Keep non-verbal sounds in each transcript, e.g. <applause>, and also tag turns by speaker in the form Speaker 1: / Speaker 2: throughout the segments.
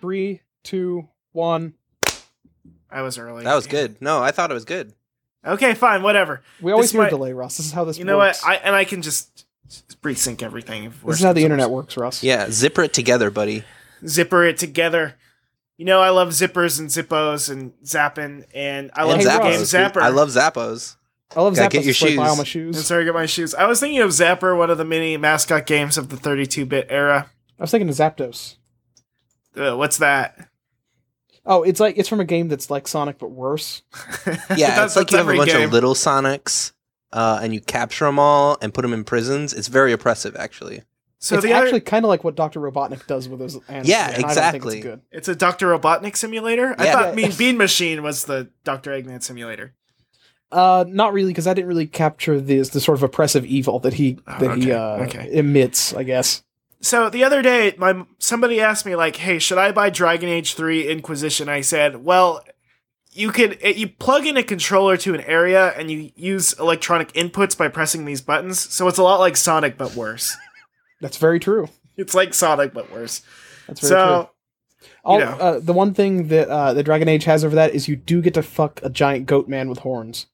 Speaker 1: Three, two, one.
Speaker 2: I was early.
Speaker 3: That was
Speaker 2: Damn.
Speaker 3: good. No, I thought it was good.
Speaker 2: Okay, fine, whatever.
Speaker 1: We always
Speaker 2: This
Speaker 1: hear
Speaker 2: might-
Speaker 1: delay, Russ. This is how this
Speaker 2: you know
Speaker 1: works.
Speaker 2: what? I and I can just resync everything. if
Speaker 1: this
Speaker 2: worst
Speaker 1: is how the
Speaker 2: comes
Speaker 1: internet
Speaker 2: to
Speaker 1: works, Russ.
Speaker 3: Yeah, zipper it together, buddy.
Speaker 2: worst. Zipper it together. You know, I love zippers and zippos and zapping, and I love
Speaker 1: Hey,
Speaker 2: the
Speaker 1: Ross.
Speaker 2: game Zapper.
Speaker 3: I
Speaker 1: <laughs>
Speaker 3: love Zappos.
Speaker 1: I love
Speaker 3: Gotta
Speaker 1: Zappos.
Speaker 3: get your
Speaker 1: It's like buy all
Speaker 3: shoes.
Speaker 1: my
Speaker 2: And
Speaker 1: shoes.
Speaker 2: sorry, I got my shoes. I was thinking of Zapper, one of the many mascot games of the 32-bit era.
Speaker 1: I was thinking of Zapdos.
Speaker 2: Uh, what's that? <laughs>
Speaker 1: Oh, it's like it's from a game that's like Sonic but worse.
Speaker 3: Yeah, it's like you have a
Speaker 2: every
Speaker 3: bunch
Speaker 2: game.
Speaker 3: of little Sonics, uh, and you capture them all and put them in prisons. It's very oppressive, actually.
Speaker 2: So
Speaker 1: it's
Speaker 2: the other,
Speaker 1: actually kind of like what Doctor Robotnik does with his animals.
Speaker 3: Yeah,
Speaker 1: and I don't think
Speaker 3: exactly.
Speaker 1: it's good.
Speaker 2: it's a Doctor Robotnik simulator. I
Speaker 3: Yeah.
Speaker 2: thought Mean Bean Machine was the Doctor Eggman simulator.
Speaker 1: Uh, not really, because I didn't really capture this the sort of oppressive evil that he
Speaker 2: Oh,
Speaker 1: that he
Speaker 2: okay,
Speaker 1: uh,
Speaker 2: okay.
Speaker 1: emits. I guess.
Speaker 2: So the other day, my somebody asked me like, "Hey, should I buy Dragon Age Three Inquisition?" I said, "Well, you could it, you plug in a controller to an area and you use electronic inputs by pressing these buttons. So it's a lot like Sonic, but worse. <laughs>
Speaker 1: That's very true.
Speaker 2: it's like Sonic, but worse.
Speaker 1: That's very true.
Speaker 2: So
Speaker 1: All,
Speaker 2: know.
Speaker 1: uh, the one thing that uh, the Dragon Age has over that is you do get to fuck a giant goat man with horns.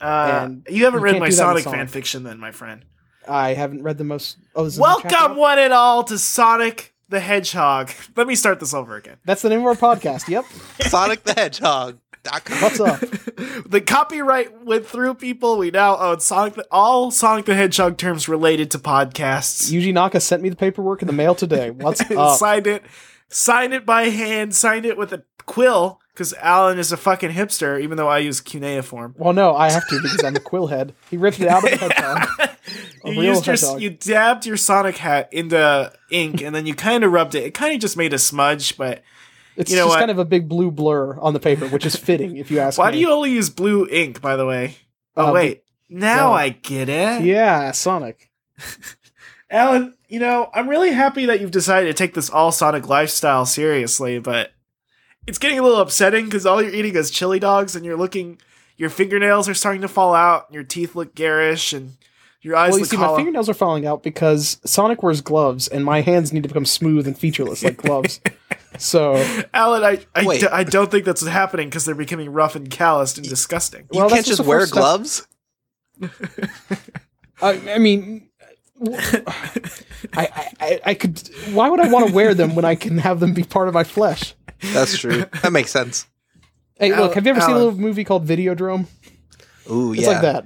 Speaker 2: uh,
Speaker 1: And
Speaker 2: you haven't
Speaker 1: you
Speaker 2: read
Speaker 1: can't
Speaker 2: my
Speaker 1: do that in
Speaker 2: Sonic,
Speaker 1: Sonic.
Speaker 2: fan fiction, then, my friend.
Speaker 1: I haven't read the most. Oh, this is a new chapter?
Speaker 2: Welcome, one and all, to Sonic the Hedgehog. <laughs> Let me start this over again.
Speaker 1: That's the name of our podcast. Yep.
Speaker 3: <laughs> Sonic the Hedgehog.
Speaker 1: What's
Speaker 2: <laughs>
Speaker 1: up?
Speaker 2: the copyright went through people. We now own Sonic the, all Sonic the Hedgehog terms related to podcasts. <laughs>
Speaker 1: Yuji Naka sent me the paperwork in the mail today. What's up?
Speaker 2: signed it, signed it by hand, signed it with a quill because Alan is a fucking hipster, even though I use cuneiform. <laughs>
Speaker 1: Well, no, I have to because I'm a quill head. He ripped it out of the hedgehog. A
Speaker 2: you
Speaker 1: real
Speaker 2: used your,
Speaker 1: hedgehog.
Speaker 2: you dabbed your Sonic hat into ink, and then you kind of rubbed it. It kind of just made a smudge, but
Speaker 1: It's
Speaker 2: You know
Speaker 1: just
Speaker 2: what?
Speaker 1: kind of a big blue blur on the paper, which is fitting if you ask
Speaker 2: why
Speaker 1: me.
Speaker 2: do you only use blue ink? By the way, oh
Speaker 1: Uh,
Speaker 2: wait, now
Speaker 1: no.
Speaker 2: I get it.
Speaker 1: Yeah, Sonic.
Speaker 2: Alan, you know, I'm really happy that you've decided to take this all Sonic lifestyle seriously, but it's getting a little upsetting because all you're eating is chili dogs and you're looking, your fingernails are starting to fall out, and your teeth look garish, and your eyes
Speaker 1: Well, you
Speaker 2: look
Speaker 1: see, my
Speaker 2: hollow.
Speaker 1: fingernails are falling out because Sonic wears gloves, and my hands need to become smooth and featureless like
Speaker 2: <laughs>
Speaker 1: gloves. So,
Speaker 2: Alan, I, I,
Speaker 3: Wait.
Speaker 2: d- I don't think that's what's happening because they're becoming rough and calloused and disgusting.
Speaker 1: Well,
Speaker 3: <laughs> you
Speaker 1: that's
Speaker 3: can't
Speaker 1: just
Speaker 3: just
Speaker 1: the
Speaker 3: wear
Speaker 1: first step.
Speaker 3: gloves.
Speaker 1: I, I mean, w- I, I- I, I could. Why would I want to wear them when I can have them be part of my flesh?
Speaker 3: That's
Speaker 1: <laughs>
Speaker 3: true. that makes sense.
Speaker 1: Hey,
Speaker 2: Al-
Speaker 1: look, have you ever seen a
Speaker 2: Alan.
Speaker 1: little movie called Videodrome?
Speaker 3: Ooh,
Speaker 1: It's
Speaker 3: yeah.
Speaker 1: like that.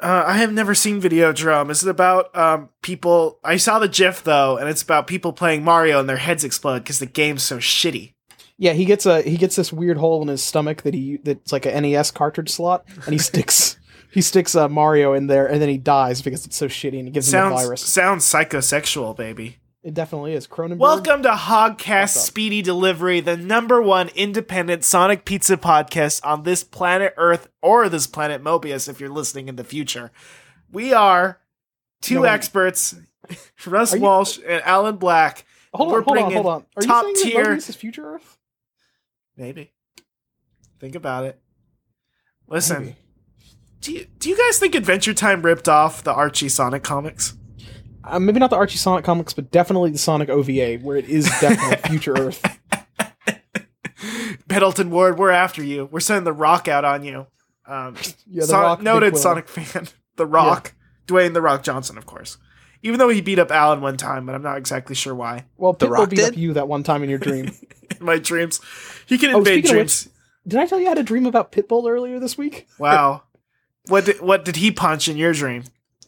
Speaker 2: Uh, I have never seen Video Drum. Is it about um, people? I saw the GIF though, and it's about people playing Mario and their heads explode because the game's so shitty.
Speaker 1: Yeah, he gets a he gets this weird hole in his stomach that he that's like a NES cartridge slot, and he sticks he sticks uh, Mario in there, and then he dies because it's so shitty, and it gives him a
Speaker 2: Sounds
Speaker 1: virus.
Speaker 2: sounds psychosexual, baby.
Speaker 1: It definitely is Cronenberg.
Speaker 2: Welcome to Hogcast
Speaker 1: What's up?
Speaker 2: Speedy Delivery, the number one independent Sonic Pizza podcast on this planet Earth or this planet Mobius if you're listening in the future. We are two
Speaker 1: No, wait.
Speaker 2: experts, <laughs> Russ
Speaker 1: Are you-
Speaker 2: Walsh and Alan Black.
Speaker 1: Hold
Speaker 2: we're
Speaker 1: on, hold on,
Speaker 2: bringing
Speaker 1: hold on. Are
Speaker 2: top
Speaker 1: you saying
Speaker 2: tier-
Speaker 1: that Mobius is future Earth?
Speaker 2: Maybe. Think about it. Listen,
Speaker 1: Maybe.
Speaker 2: do you do you guys think Adventure Time ripped off the Archie Sonic comics? <laughs>
Speaker 1: Uh, maybe not the Archie Sonic comics, but definitely the Sonic OVA, where it is
Speaker 2: <laughs>
Speaker 1: definitely future Earth.
Speaker 2: Pendleton Ward, we're after you. We're sending the rock out on you. Um,
Speaker 1: Yeah, the
Speaker 2: Sonic-
Speaker 1: Rock, Big
Speaker 2: noted
Speaker 1: Quill.
Speaker 2: Sonic fan. <laughs> The Rock, Dwayne the Rock Johnson, of course. Even though he beat up Alan one time, but I'm not exactly sure why. <laughs>
Speaker 1: Well,
Speaker 3: The
Speaker 1: Pitbull
Speaker 3: Rock
Speaker 1: beat up
Speaker 3: did?
Speaker 1: you that one time in your dream.
Speaker 2: In my dreams, he can
Speaker 1: Oh,
Speaker 2: invade
Speaker 1: speaking of
Speaker 2: dreams.
Speaker 1: Did I tell you I had a dream about Pitbull earlier this week?
Speaker 2: Wow. What did, what did he punch in your dream?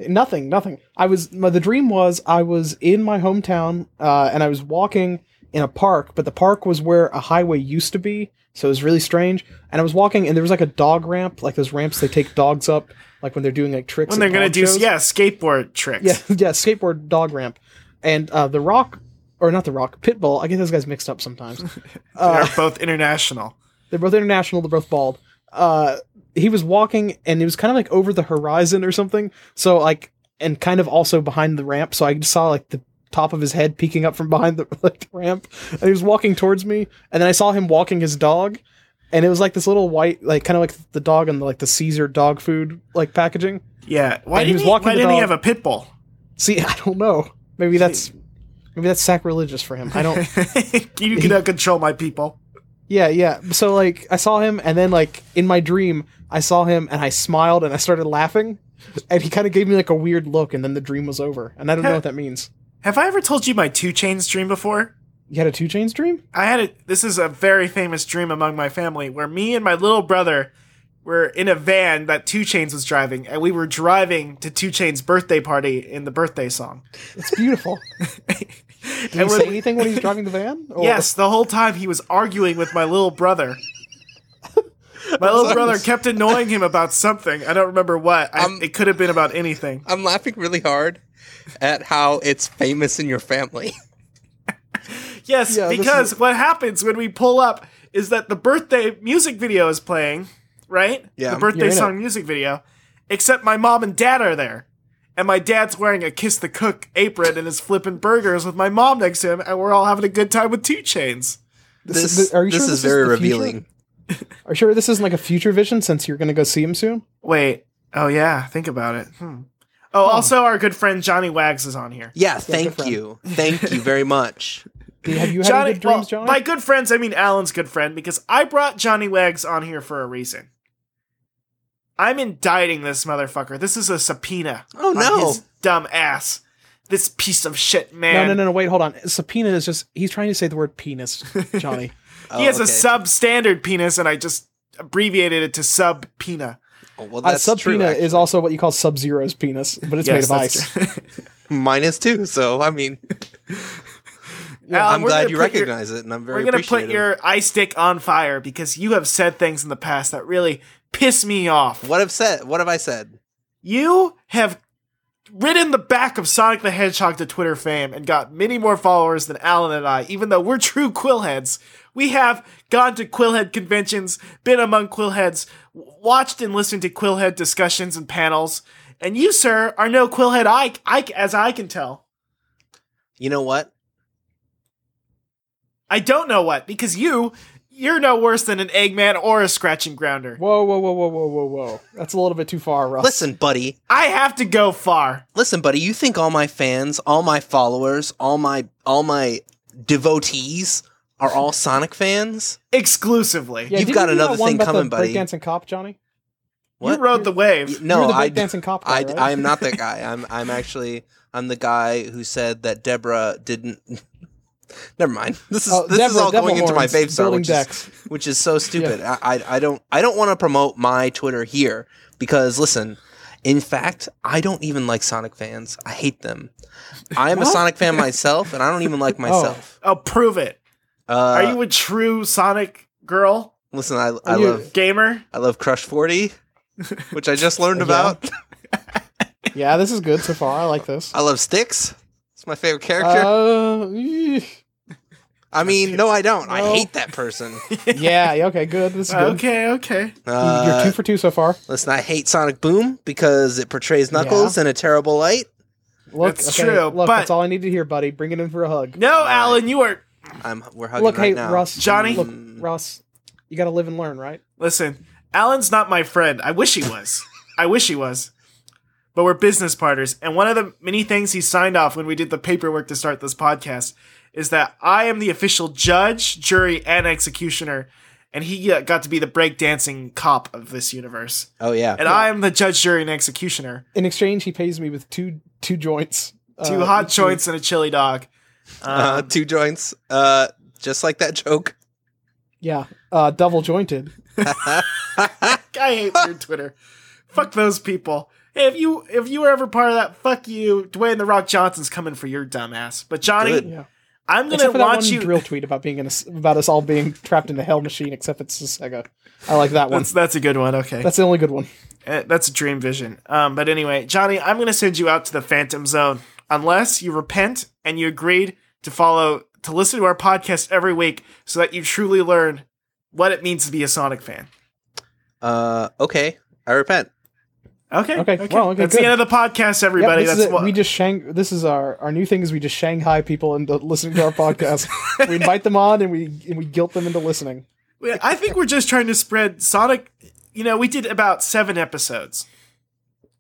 Speaker 1: Nothing, nothing. I was my, the dream was I was in my hometown uh, and I was walking in a park, but the park was where a highway used to be, so it was really strange. And I was walking, and there was like a dog ramp, like those ramps they take dogs up, like when they're doing like tricks.
Speaker 2: When
Speaker 1: at
Speaker 2: they're gonna
Speaker 1: dog
Speaker 2: do
Speaker 1: shows.
Speaker 2: yeah skateboard
Speaker 1: <laughs>
Speaker 2: tricks.
Speaker 1: yeah, yeah, skateboard dog ramp, and uh, the Rock, or not the Rock, Pitbull. I get those guys mixed up sometimes.
Speaker 2: They're
Speaker 1: Uh,
Speaker 2: both international.
Speaker 1: they're both international. They're both bald. Uh, he was walking, and it was kind of like over the horizon or something. So like, and kind of also behind the ramp. So I just saw like the top of his head peeking up from behind the, <laughs> like, the ramp, and he was walking towards me. And then I saw him walking his dog, and it was like this little white, like kind of like the dog and like the Caesar dog food like packaging.
Speaker 2: Yeah. Why
Speaker 1: And he
Speaker 2: didn't
Speaker 1: was
Speaker 2: he,
Speaker 1: walking
Speaker 2: why
Speaker 1: the
Speaker 2: didn't he
Speaker 1: dog. <laughs>
Speaker 2: have a pit bull?
Speaker 1: See, I don't know. Maybe that's Maybe that's sacrilegious for him. I don't.
Speaker 2: <laughs>
Speaker 1: <laughs>
Speaker 2: you cannot control my people.
Speaker 1: yeah, yeah. So like, I saw him, and then like in my dream, I saw him, and I smiled, and I started laughing, and he kind of gave me like a weird look, and then the dream was over, and I don't know what that means.
Speaker 2: Have I ever told you my two chains dream before?
Speaker 1: You had a two chains dream?
Speaker 2: I had a this is a very famous dream among my family where me and my little brother were in a van that Two Chains was driving, and we were driving to Two Chains' birthday party in the birthday song.
Speaker 1: It's beautiful. Did
Speaker 2: And
Speaker 1: he
Speaker 2: when-
Speaker 1: say anything when he was driving the van? Or-
Speaker 2: Yes, the whole time he was arguing with my little
Speaker 3: <laughs>
Speaker 2: brother. My little
Speaker 3: sorry.
Speaker 2: brother kept annoying him about something. I don't remember what. I,
Speaker 3: Um,
Speaker 2: it could have been about anything.
Speaker 3: I'm laughing really hard at how it's famous in your family.
Speaker 2: Yes,
Speaker 1: Yeah, this
Speaker 2: because what happens when we pull up is that the birthday music video is playing, right?
Speaker 3: Yeah.
Speaker 2: The birthday
Speaker 1: You're in it.
Speaker 2: song music video. Except my mom and dad are there. And my dad's wearing a Kiss the Cook apron and is flipping burgers with my mom next to him, and we're all having a good time with two chains.
Speaker 1: <laughs> This-
Speaker 3: This,
Speaker 1: th- are you
Speaker 3: this
Speaker 1: sure
Speaker 3: is
Speaker 1: this is
Speaker 3: very
Speaker 1: the future?
Speaker 3: revealing.
Speaker 1: Are you sure this isn't like a future vision since you're going to go see him soon?
Speaker 2: Wait. Oh, yeah. Think about it. Hmm. Oh, also, our good friend Johnny Wags is on here.
Speaker 3: Yeah,
Speaker 1: good
Speaker 3: thank
Speaker 1: friend.
Speaker 3: you. Thank you very
Speaker 1: <laughs>
Speaker 3: much.
Speaker 1: Do you- Have you had
Speaker 2: Johnny,
Speaker 1: any good dreams,
Speaker 2: well,
Speaker 1: John?
Speaker 2: by good friends, I mean Alan's good friend because I brought Johnny Wags on here for a reason. I'm indicting this motherfucker. This is a subpoena.
Speaker 3: Oh,
Speaker 2: on
Speaker 3: no.
Speaker 2: his dumb ass! This piece of shit,
Speaker 1: no,
Speaker 2: man.
Speaker 1: no, no, no. Wait, hold on. Subpoena is just—he's trying to say the word penis, Johnny.
Speaker 3: Oh,
Speaker 2: He has a
Speaker 3: okay.
Speaker 2: substandard penis, and I just abbreviated it to sub pena.
Speaker 3: Oh, well,
Speaker 1: Uh,
Speaker 3: that's true.
Speaker 1: subpoena
Speaker 3: actually.
Speaker 1: is also what you call Sub Zero's penis, but it's made of ice.
Speaker 2: <laughs>
Speaker 3: <laughs> Mine is too. So I mean, I'm glad you
Speaker 2: recognize.
Speaker 3: recognize it, and I'm very.
Speaker 2: We're gonna put
Speaker 3: appreciative.
Speaker 2: your ice stick on fire because you have said things in the past that really piss me off.
Speaker 3: What have said? What have I said?
Speaker 2: You have ridden the back of Sonic the Hedgehog to Twitter fame and got many more followers than Alan and I, even though we're true Quillheads. We have gone to Quillhead conventions, been among Quillheads, w- watched and listened to Quillhead discussions and panels, and you, sir, are no Quillhead Ike, Ike as I can tell.
Speaker 3: You know what?
Speaker 2: I don't know what, because you, you're no worse than an Eggman or a Scratching Grounder.
Speaker 1: Whoa, whoa, whoa, whoa, whoa, whoa, whoa. That's a little bit too far, Russ.
Speaker 3: Listen, buddy.
Speaker 2: I have to go far.
Speaker 3: Listen, buddy. You think all my fans, all my followers, all my all my devotees are
Speaker 1: <laughs>
Speaker 3: all Sonic fans?
Speaker 2: Exclusively.
Speaker 1: Yeah,
Speaker 3: you've
Speaker 1: didn't
Speaker 3: got
Speaker 1: you do that
Speaker 3: another
Speaker 1: one
Speaker 3: thing
Speaker 1: about the
Speaker 3: coming, buddy.
Speaker 1: Breakdancing cop, Johnny.
Speaker 3: What?
Speaker 2: You rode the wave.
Speaker 3: Y- no,
Speaker 1: You're the
Speaker 3: I
Speaker 1: breakdancing cop guy,
Speaker 3: I,
Speaker 1: right?
Speaker 3: I
Speaker 1: <laughs>
Speaker 3: am not that guy. I'm I'm actually I'm the guy who said that Deborah didn't. <laughs> Never mind. This is
Speaker 1: Oh,
Speaker 3: this is
Speaker 1: Deborah-
Speaker 3: all
Speaker 1: Deborah
Speaker 3: going into my
Speaker 1: Lawrence,
Speaker 3: fave star,
Speaker 1: building
Speaker 3: which
Speaker 1: decks.
Speaker 3: is which is so stupid. I, I I don't I don't want to promote my Twitter here because listen, in fact, I don't even like Sonic fans. I hate them. I am a
Speaker 1: <laughs> What?
Speaker 3: Sonic fan myself, and I don't even
Speaker 1: <laughs>
Speaker 3: like myself.
Speaker 2: Oh, prove it.
Speaker 3: Uh,
Speaker 2: Are you a true Sonic girl?
Speaker 3: listen, I I
Speaker 1: Are you-
Speaker 3: love
Speaker 2: Gamer?
Speaker 3: I love Crush Forty,
Speaker 1: <laughs>
Speaker 3: which I just learned about.
Speaker 1: Yeah, this is good so far. I like
Speaker 3: <laughs>
Speaker 1: this.
Speaker 3: I love Sticks. It's my favorite character. <laughs>
Speaker 1: Uh, eeh.
Speaker 3: I mean, no, I don't. I
Speaker 1: No.
Speaker 3: hate
Speaker 1: <laughs>
Speaker 3: that person.
Speaker 1: yeah, yeah, okay, good. This is good.
Speaker 2: Okay, okay.
Speaker 3: Uh,
Speaker 1: You're two for two so far.
Speaker 3: listen, I hate Sonic Boom because it portrays Knuckles in a terrible light.
Speaker 1: Look,
Speaker 2: That's
Speaker 1: okay,
Speaker 2: true,
Speaker 1: Look,
Speaker 2: but-
Speaker 1: that's all I need to hear, buddy. Bring it in for a hug.
Speaker 2: No, Alan, you are.
Speaker 3: I'm we're hugging
Speaker 1: Look,
Speaker 3: right
Speaker 1: hey,
Speaker 3: now.
Speaker 1: Russ.
Speaker 2: Johnny?
Speaker 1: Look, Russ, you got to live and learn, right?
Speaker 2: Listen, Alan's not my friend. I wish he was. I wish he was. But we're business partners. And one of the many things he signed off when we did the paperwork to start this podcast is that I am the official judge, jury, and executioner. And he uh, got to be the breakdancing cop of this universe.
Speaker 3: Oh yeah.
Speaker 2: And I am the judge, jury, and executioner.
Speaker 1: In exchange, he pays me with two two joints.
Speaker 2: Two
Speaker 1: Uh,
Speaker 2: hot
Speaker 1: each week.
Speaker 2: joints and a chili dog.
Speaker 3: Uh,
Speaker 2: Um,
Speaker 3: two joints. Uh, just like that joke.
Speaker 1: Yeah, uh, double jointed.
Speaker 2: I hate weird Twitter. Fuck those people. Hey, if you if you were ever part of that, fuck you. Dwayne the Rock Johnson's coming for your dumb ass. But Johnny,
Speaker 3: Good.
Speaker 1: Yeah.
Speaker 2: I'm gonna
Speaker 1: Except for that
Speaker 2: watch
Speaker 1: one
Speaker 2: you.
Speaker 1: drill tweet about being in a s about us all being trapped in the hell machine. Except it's a Sega. I like that one.
Speaker 2: That's
Speaker 1: That's,
Speaker 2: that's a good one. Okay, that's,
Speaker 1: the only good one.
Speaker 2: that's a dream vision. Um, but anyway, Johnny, I'm gonna send you out to the Phantom Zone unless you repent and you agreed to follow to listen to our podcast every week so that you truly learn what it means to be a Sonic fan.
Speaker 3: Uh, okay. I repent.
Speaker 2: Okay.
Speaker 1: Okay, well, okay,
Speaker 2: that's
Speaker 1: good.
Speaker 2: the end of the
Speaker 1: Yep,
Speaker 2: podcast, <laughs> everybody.
Speaker 1: this is
Speaker 2: that's
Speaker 1: it.
Speaker 2: what
Speaker 1: we just shang. This is our our new thing is we just Shanghai people into listening
Speaker 2: <laughs>
Speaker 1: to our podcast. we invite them on and we and we guilt them into listening.
Speaker 2: Well, I think we're just trying to spread Sonic. You know, we did about seven episodes,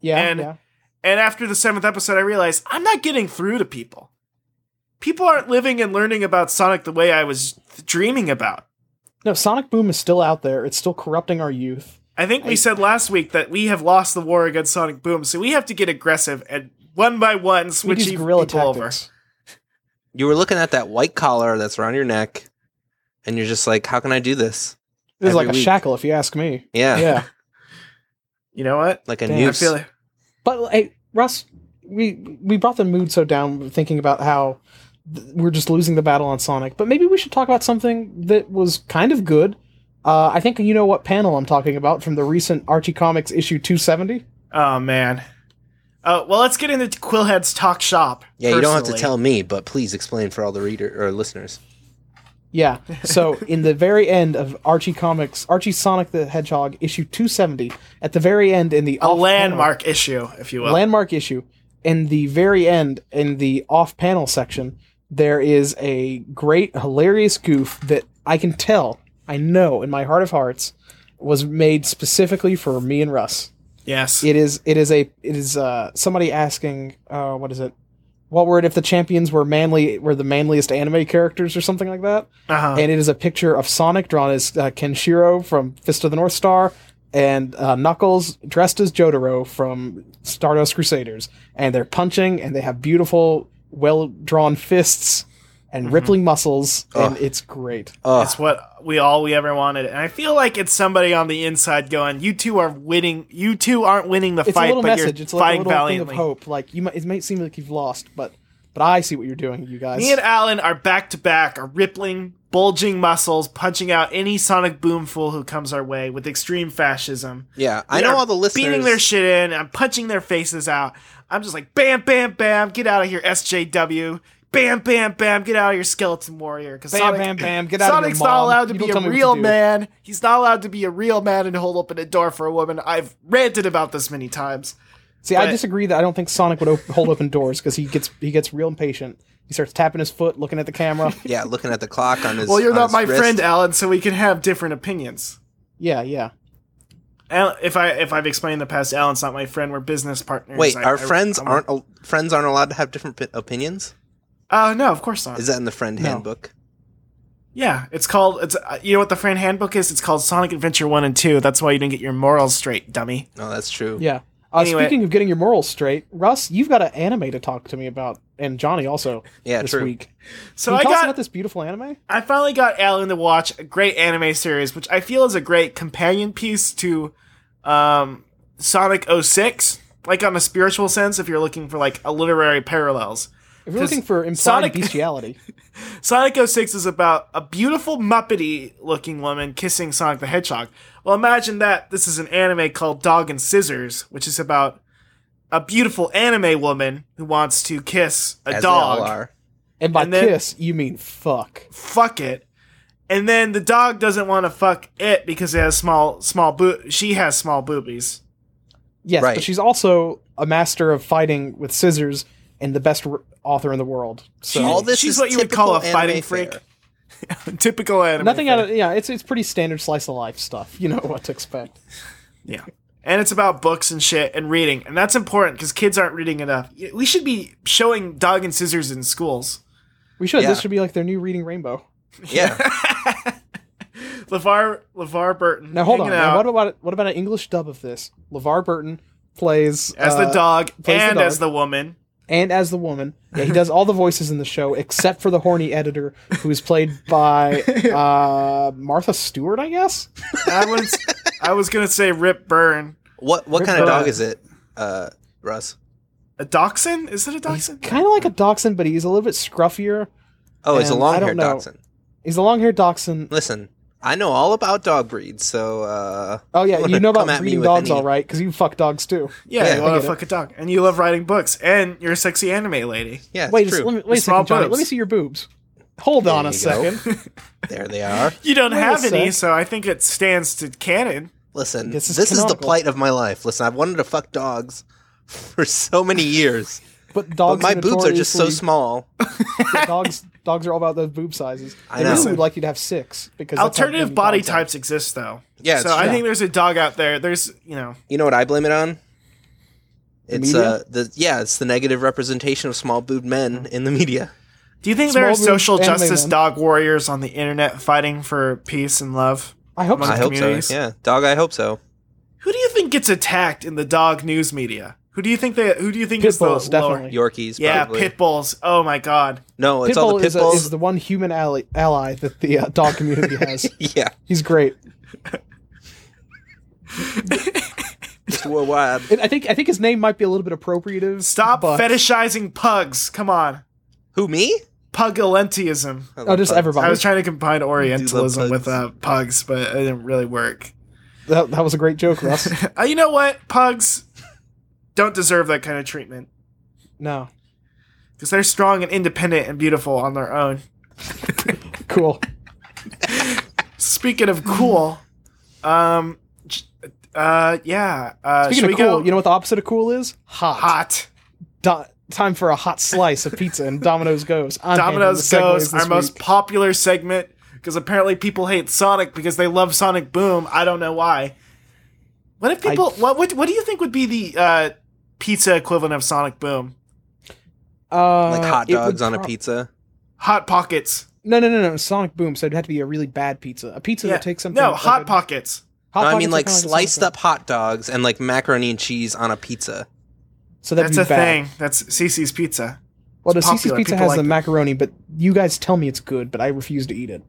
Speaker 1: Yeah,
Speaker 2: And-
Speaker 1: yeah.
Speaker 2: and after the seventh episode, I realized I'm not getting through to people. people aren't living and learning about Sonic the way I was dreaming about.
Speaker 1: No, Sonic Boom is still out there. It's still corrupting our youth.
Speaker 2: I think we
Speaker 1: I-
Speaker 2: said last week that we have lost the war against Sonic Boom, so we have to get aggressive and one by one
Speaker 1: We
Speaker 2: switch
Speaker 1: use
Speaker 2: e-
Speaker 1: guerrilla
Speaker 2: people over.
Speaker 1: tactics.
Speaker 3: You were looking at that white collar that's around your neck, and you're just like, how can I do this?
Speaker 1: This is
Speaker 3: Every
Speaker 1: like a
Speaker 3: week.
Speaker 1: shackle, if you ask me.
Speaker 3: Yeah,
Speaker 1: Yeah,
Speaker 2: You know what?
Speaker 3: like a
Speaker 1: Damn.
Speaker 2: I
Speaker 3: noose.
Speaker 2: feel it.
Speaker 1: but hey, Russ, we we brought the mood so down thinking about how th- we're just losing the battle on Sonic. But maybe we should talk about something that was kind of good. Uh, I think you know what panel I'm talking about from the recent Archie Comics issue 270.
Speaker 2: Oh man. Uh, well, let's get into Quillhead's talk shop.
Speaker 3: yeah, you don't have to
Speaker 2: personally.
Speaker 3: tell me, but please explain for all the reader or listeners.
Speaker 2: <laughs>
Speaker 1: Yeah. So in the very end of Archie Comics, Archie Sonic the Hedgehog issue 270, at the very end in the
Speaker 2: a
Speaker 1: off-panel-
Speaker 2: landmark issue, if you will.
Speaker 1: landmark issue, in the very end in the off-panel section, there is a great hilarious goof that I can tell, I know in my heart of hearts, was made specifically for me and Russ.
Speaker 2: yes.
Speaker 1: It is it is a it is uh somebody asking uh what is it? What were it if the champions were manly were the manliest anime characters or something like that?
Speaker 2: uh-huh.
Speaker 1: and it is a picture of Sonic drawn as uh, Kenshiro from Fist of the North Star and uh, Knuckles dressed as Jotaro from Stardust Crusaders. And they're punching and they have beautiful, well drawn fists and
Speaker 2: Mm-hmm.
Speaker 1: rippling muscles. And
Speaker 3: Ugh.
Speaker 1: it's great.
Speaker 3: Oh,
Speaker 2: It's what we all we ever wanted, and I feel like it's somebody on the inside going, "You two are winning. You two aren't winning the
Speaker 1: It's
Speaker 2: fight,
Speaker 1: a little
Speaker 2: but
Speaker 1: message.
Speaker 2: you're
Speaker 1: It's like a
Speaker 2: fighting
Speaker 1: little
Speaker 2: valiantly."
Speaker 1: thing of hope. Like you might, it might seem like you've lost, but but I see what you're doing, you guys.
Speaker 2: Me and Alan are back to back, are rippling, bulging muscles, punching out any sonic boom fool who comes our way with extreme fascism.
Speaker 3: yeah. I
Speaker 2: We
Speaker 3: know
Speaker 2: are
Speaker 3: all the listeners.
Speaker 2: beating their shit in. and I'm punching their faces out. I'm just like, bam, bam, bam, get out of here, SJW. Bam, bam, bam, get out of here, skeleton warrior. Because
Speaker 1: bam,
Speaker 2: Sonic,
Speaker 1: bam, bam. Get out
Speaker 2: Sonic's
Speaker 1: of here, mom.
Speaker 2: not allowed to
Speaker 1: You
Speaker 2: be
Speaker 1: don't
Speaker 2: a
Speaker 1: tell me what to
Speaker 2: real
Speaker 1: do.
Speaker 2: man. He's not allowed to be a real man and hold open a door for a woman. I've ranted about this many times.
Speaker 1: See, I
Speaker 2: But-
Speaker 1: disagree that I don't think Sonic would op- hold open doors because he gets he gets real impatient. He starts tapping his foot, looking at the camera.
Speaker 3: Yeah, looking at the clock on his.
Speaker 2: Well, you're
Speaker 3: on
Speaker 2: not
Speaker 3: his
Speaker 2: my
Speaker 3: wrist.
Speaker 2: friend, Alan, so we can have different opinions.
Speaker 1: Yeah, yeah.
Speaker 2: Alan, if I if I've explained in the past, Alan's not my friend. We're business partners.
Speaker 3: Wait,
Speaker 2: I-
Speaker 3: our
Speaker 2: I-
Speaker 3: friends
Speaker 2: I'm-
Speaker 3: aren't al- friends aren't allowed to have different pi- opinions.
Speaker 2: Uh, no, of course not.
Speaker 3: Is that in the friend
Speaker 1: No.
Speaker 3: handbook?
Speaker 2: Yeah, it's called. It's uh, you know what the friend handbook is. It's called Sonic Adventure One and Two. That's why you didn't get your morals straight, dummy.
Speaker 3: No, that's true.
Speaker 1: Yeah. Uh,
Speaker 2: Anyway.
Speaker 1: Speaking of getting your morals straight, Russ, you've got an anime to talk to me about, and Johnny also
Speaker 2: <laughs>
Speaker 3: Yeah,
Speaker 1: this
Speaker 3: true.
Speaker 1: week.
Speaker 2: So
Speaker 1: Can you
Speaker 2: I
Speaker 1: talk
Speaker 2: got.
Speaker 1: about this beautiful anime?
Speaker 2: I finally got Alan to watch a great anime series, which I feel is a great companion piece to um, Sonic 06, like on a spiritual sense, if you're looking for like a literary parallels.
Speaker 1: If you're
Speaker 2: 'Cause
Speaker 1: looking for implied
Speaker 2: Sonic- <laughs>
Speaker 1: bestiality,
Speaker 2: Sonic 06 is about a beautiful Muppety looking woman kissing Sonic the Hedgehog. Well, imagine that this is an anime called Dog and Scissors, which is about a beautiful anime woman who wants to kiss a
Speaker 3: As they all
Speaker 2: dog.
Speaker 3: are.
Speaker 1: and by
Speaker 2: And then-
Speaker 1: kiss you mean fuck.
Speaker 2: Fuck it. And then the dog doesn't want to fuck it because it has small small boo she has small boobies. <laughs>
Speaker 1: Yes,
Speaker 3: Right.
Speaker 1: but she's also a master of fighting with scissors and the best r- author in the world. So
Speaker 2: She-
Speaker 3: All this
Speaker 2: She's
Speaker 3: is
Speaker 2: what you would call
Speaker 3: typical
Speaker 2: a fighting
Speaker 3: anime
Speaker 2: freak.
Speaker 3: fare.
Speaker 2: Typical anime.
Speaker 1: nothing out
Speaker 2: thing.
Speaker 1: of yeah, it's it's pretty standard slice of life stuff. <laughs> You know what to expect.
Speaker 2: Yeah. And it's about books and shit and reading. And that's important because kids aren't reading enough. Y- We should be showing Dog and Scissors in schools.
Speaker 1: We should.
Speaker 3: Yeah.
Speaker 1: This should be like their new reading rainbow.
Speaker 2: <laughs>
Speaker 3: Yeah.
Speaker 2: LeVar, LeVar Burton.
Speaker 1: Now hold on.
Speaker 2: hanging
Speaker 1: Now,
Speaker 2: out
Speaker 1: what about what about an English dub of this? LeVar Burton plays
Speaker 2: as
Speaker 1: uh,
Speaker 2: the dog
Speaker 1: plays the
Speaker 2: and
Speaker 1: dog.
Speaker 2: as the woman.
Speaker 1: and as the
Speaker 3: <laughs>
Speaker 1: woman. Yeah, he does all the voices in the show except for the horny editor, who is played
Speaker 3: <laughs>
Speaker 1: by uh, Martha Stewart, I guess.
Speaker 2: I was, I was going to say Rip Burn.
Speaker 3: What what
Speaker 1: Rip
Speaker 3: kind of
Speaker 1: Rod.
Speaker 3: dog is it, uh, Russ?
Speaker 2: A dachshund? Is it a
Speaker 1: He's
Speaker 2: dachshund?
Speaker 1: kind of like a dachshund, but he's a little bit scruffier.
Speaker 3: Oh, it's a
Speaker 1: Um, I
Speaker 3: long
Speaker 1: don't
Speaker 3: haired
Speaker 1: know.
Speaker 3: dachshund.
Speaker 1: He's a long-haired dachshund.
Speaker 3: Listen, I know all about dog breeds, so uh,
Speaker 1: Oh yeah,
Speaker 3: Wouldn't
Speaker 1: you know
Speaker 3: come
Speaker 1: about
Speaker 3: at me
Speaker 1: breeding
Speaker 3: with
Speaker 1: dogs,
Speaker 3: any-
Speaker 1: all right? Because you fuck dogs too.
Speaker 2: Yeah,
Speaker 3: Yeah,
Speaker 2: you
Speaker 3: I
Speaker 2: want
Speaker 1: get
Speaker 2: to
Speaker 1: it.
Speaker 2: fuck a dog. And you love writing books. And you're a sexy anime lady.
Speaker 3: yeah, it's
Speaker 1: Wait,
Speaker 3: true.
Speaker 1: just, let me, wait a
Speaker 2: Small
Speaker 1: second, Johnny. Let
Speaker 2: boobs.
Speaker 1: me see your boobs. Hold
Speaker 3: There
Speaker 1: on a
Speaker 3: you go.
Speaker 1: second.
Speaker 3: there they are.
Speaker 2: You don't
Speaker 1: Wait a
Speaker 2: have any,
Speaker 1: sec.
Speaker 2: so I think it stands to canon.
Speaker 3: Listen,
Speaker 1: This
Speaker 3: this
Speaker 1: is
Speaker 3: is, the
Speaker 1: canonical.
Speaker 3: plight of my life. Listen, I've wanted to fuck dogs <laughs> for so many years,
Speaker 1: But
Speaker 3: <laughs> but
Speaker 1: dogs.
Speaker 3: my boobs are just so
Speaker 1: notoriously-
Speaker 3: small.
Speaker 1: yeah, dogs. Dogs are all about those boob sizes.
Speaker 3: I
Speaker 1: They
Speaker 3: know.
Speaker 1: really would like you to have six because that's how
Speaker 2: Alternative
Speaker 1: big
Speaker 2: body
Speaker 1: dogs are.
Speaker 2: types exist, though.
Speaker 3: Yeah,
Speaker 2: so
Speaker 3: it's
Speaker 2: I
Speaker 3: true.
Speaker 2: think there's a dog out there. There's, you know,
Speaker 3: You know what I blame it on?
Speaker 1: The
Speaker 3: It's
Speaker 1: media? Oh.
Speaker 3: uh the yeah, it's the negative representation of small boobed men in the media.
Speaker 2: Do you think
Speaker 1: Small
Speaker 2: there are
Speaker 1: group
Speaker 2: social
Speaker 1: family
Speaker 2: justice
Speaker 1: man.
Speaker 2: dog warriors on the internet fighting for peace and love?
Speaker 1: I hope
Speaker 2: Among
Speaker 1: so.
Speaker 3: I hope so.
Speaker 2: communities.
Speaker 3: Yeah, dog. I hope so.
Speaker 2: Who do you think gets attacked in the dog news media? Who do you think they? Who do you think
Speaker 1: Pit
Speaker 2: is the
Speaker 1: bulls,
Speaker 2: lower-
Speaker 1: definitely.
Speaker 3: Yorkies.
Speaker 2: Yeah,
Speaker 3: probably.
Speaker 2: pit bulls. Oh my god.
Speaker 3: No, it's
Speaker 1: Pitbull
Speaker 3: all the pit
Speaker 1: is, a-
Speaker 3: bulls.
Speaker 1: is the one human ally, ally that the uh, dog community has.
Speaker 3: <laughs> yeah,
Speaker 1: He's great.
Speaker 3: it's worldwide.
Speaker 1: And I think I think his name might be a little bit appropriative.
Speaker 2: Stop
Speaker 1: but-
Speaker 2: fetishizing pugs. Come on.
Speaker 3: Who me?
Speaker 2: Pugilentism.
Speaker 3: I
Speaker 1: Oh,
Speaker 3: love
Speaker 1: just
Speaker 3: puns.
Speaker 1: everybody.
Speaker 2: I was trying to combine
Speaker 3: pugs.
Speaker 2: Orientalism with uh, pugs, but it didn't really work.
Speaker 1: That, that was a great joke, Russ.
Speaker 2: <laughs> Uh, you know what? Pugs don't deserve that kind of treatment
Speaker 1: no,
Speaker 2: because they're strong and independent and beautiful on their own.
Speaker 1: cool.
Speaker 2: Speaking of cool, um, j- uh, yeah. Uh, should
Speaker 1: Hmm. Speaking
Speaker 2: we
Speaker 1: of cool,
Speaker 2: go
Speaker 1: you know what the opposite of cool is? Hot.
Speaker 2: hot?
Speaker 1: Do- time for a hot slice of pizza and Domino's goes. I'm
Speaker 2: Domino's
Speaker 1: handling the segues
Speaker 2: goes
Speaker 1: this
Speaker 2: our most
Speaker 1: week.
Speaker 2: popular segment because apparently people hate Sonic because they love Sonic Boom. I don't know why. What if
Speaker 1: I-
Speaker 2: people? what, what what do you think would be the uh, pizza equivalent of Sonic Boom?
Speaker 1: Uh,
Speaker 3: like hot
Speaker 1: it would
Speaker 3: dogs on a
Speaker 1: prob-
Speaker 3: pizza.
Speaker 2: Hot pockets.
Speaker 1: No, no, no, no. Sonic Boom. So it'd have to be a really bad pizza. A pizza
Speaker 2: Yeah.
Speaker 1: that takes something.
Speaker 2: No,
Speaker 1: like
Speaker 2: hot
Speaker 1: a-
Speaker 2: pockets.
Speaker 1: Hot
Speaker 3: no, I
Speaker 1: Pockets
Speaker 3: mean
Speaker 1: are
Speaker 3: like
Speaker 1: kinda Sonic
Speaker 3: sliced
Speaker 1: Boom.
Speaker 3: up hot dogs and like macaroni and cheese on a pizza.
Speaker 1: So that'd
Speaker 2: That's
Speaker 1: be
Speaker 2: a
Speaker 1: bad.
Speaker 2: thing. That's CC's Pizza.
Speaker 1: Well, the
Speaker 2: It's
Speaker 1: CC's
Speaker 2: popular.
Speaker 1: Pizza
Speaker 2: People
Speaker 1: has
Speaker 2: like
Speaker 1: the
Speaker 2: it.
Speaker 1: macaroni, but you guys tell me it's good, but I refuse to eat it.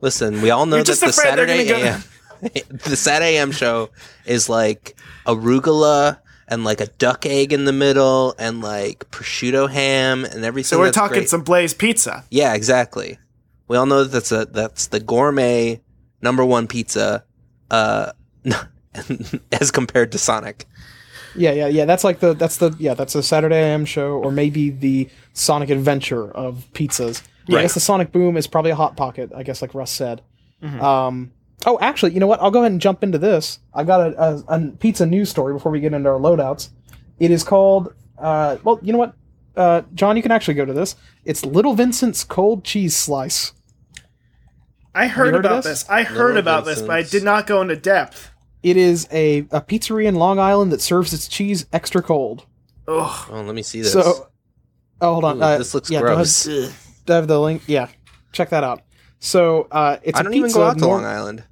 Speaker 3: Listen, we all know
Speaker 2: You're just
Speaker 3: that the
Speaker 2: afraid they're
Speaker 3: Saturday
Speaker 2: gonna go-
Speaker 3: AM, <laughs> the Saturday AM show is like arugula and like a duck egg in the middle and like prosciutto ham and everything.
Speaker 2: So we're
Speaker 3: that's
Speaker 2: talking
Speaker 3: great.
Speaker 2: some Blaze Pizza.
Speaker 3: yeah, exactly. We all know that that's a that's the gourmet number one pizza, uh, <laughs> as compared to Sonic.
Speaker 1: Yeah, yeah, yeah. That's like the that's the yeah that's the Saturday AM show, or maybe the Sonic Adventure of pizzas. Yeah, I
Speaker 3: Right.
Speaker 1: guess the Sonic Boom is probably a hot pocket. I guess like Russ said.
Speaker 2: Mhm.
Speaker 1: Um, oh, actually, you know what? I'll go ahead and jump into this. I've got a, a, a pizza news story before we get into our loadouts. It is called. Uh, well, you know what, uh, John, you can actually go to this. It's Little Vincent's cold cheese slice.
Speaker 2: I heard,
Speaker 1: heard of
Speaker 2: about
Speaker 1: this?
Speaker 2: this. I heard
Speaker 3: Little
Speaker 2: about this, but I
Speaker 3: Vincent's.
Speaker 2: did not go into depth.
Speaker 1: It is a, a pizzeria in Long Island that serves its cheese extra cold.
Speaker 2: Ugh.
Speaker 3: Oh, let me see this.
Speaker 1: So, oh, hold on.
Speaker 3: Ooh,
Speaker 1: uh,
Speaker 3: this looks
Speaker 1: yeah, go ahead.
Speaker 3: gross.
Speaker 2: Ugh.
Speaker 1: Do I have the link? Yeah, check that out. So uh, it's
Speaker 3: I
Speaker 1: a
Speaker 3: don't
Speaker 1: pizza.
Speaker 3: even go out to
Speaker 1: nor-
Speaker 3: Long Island.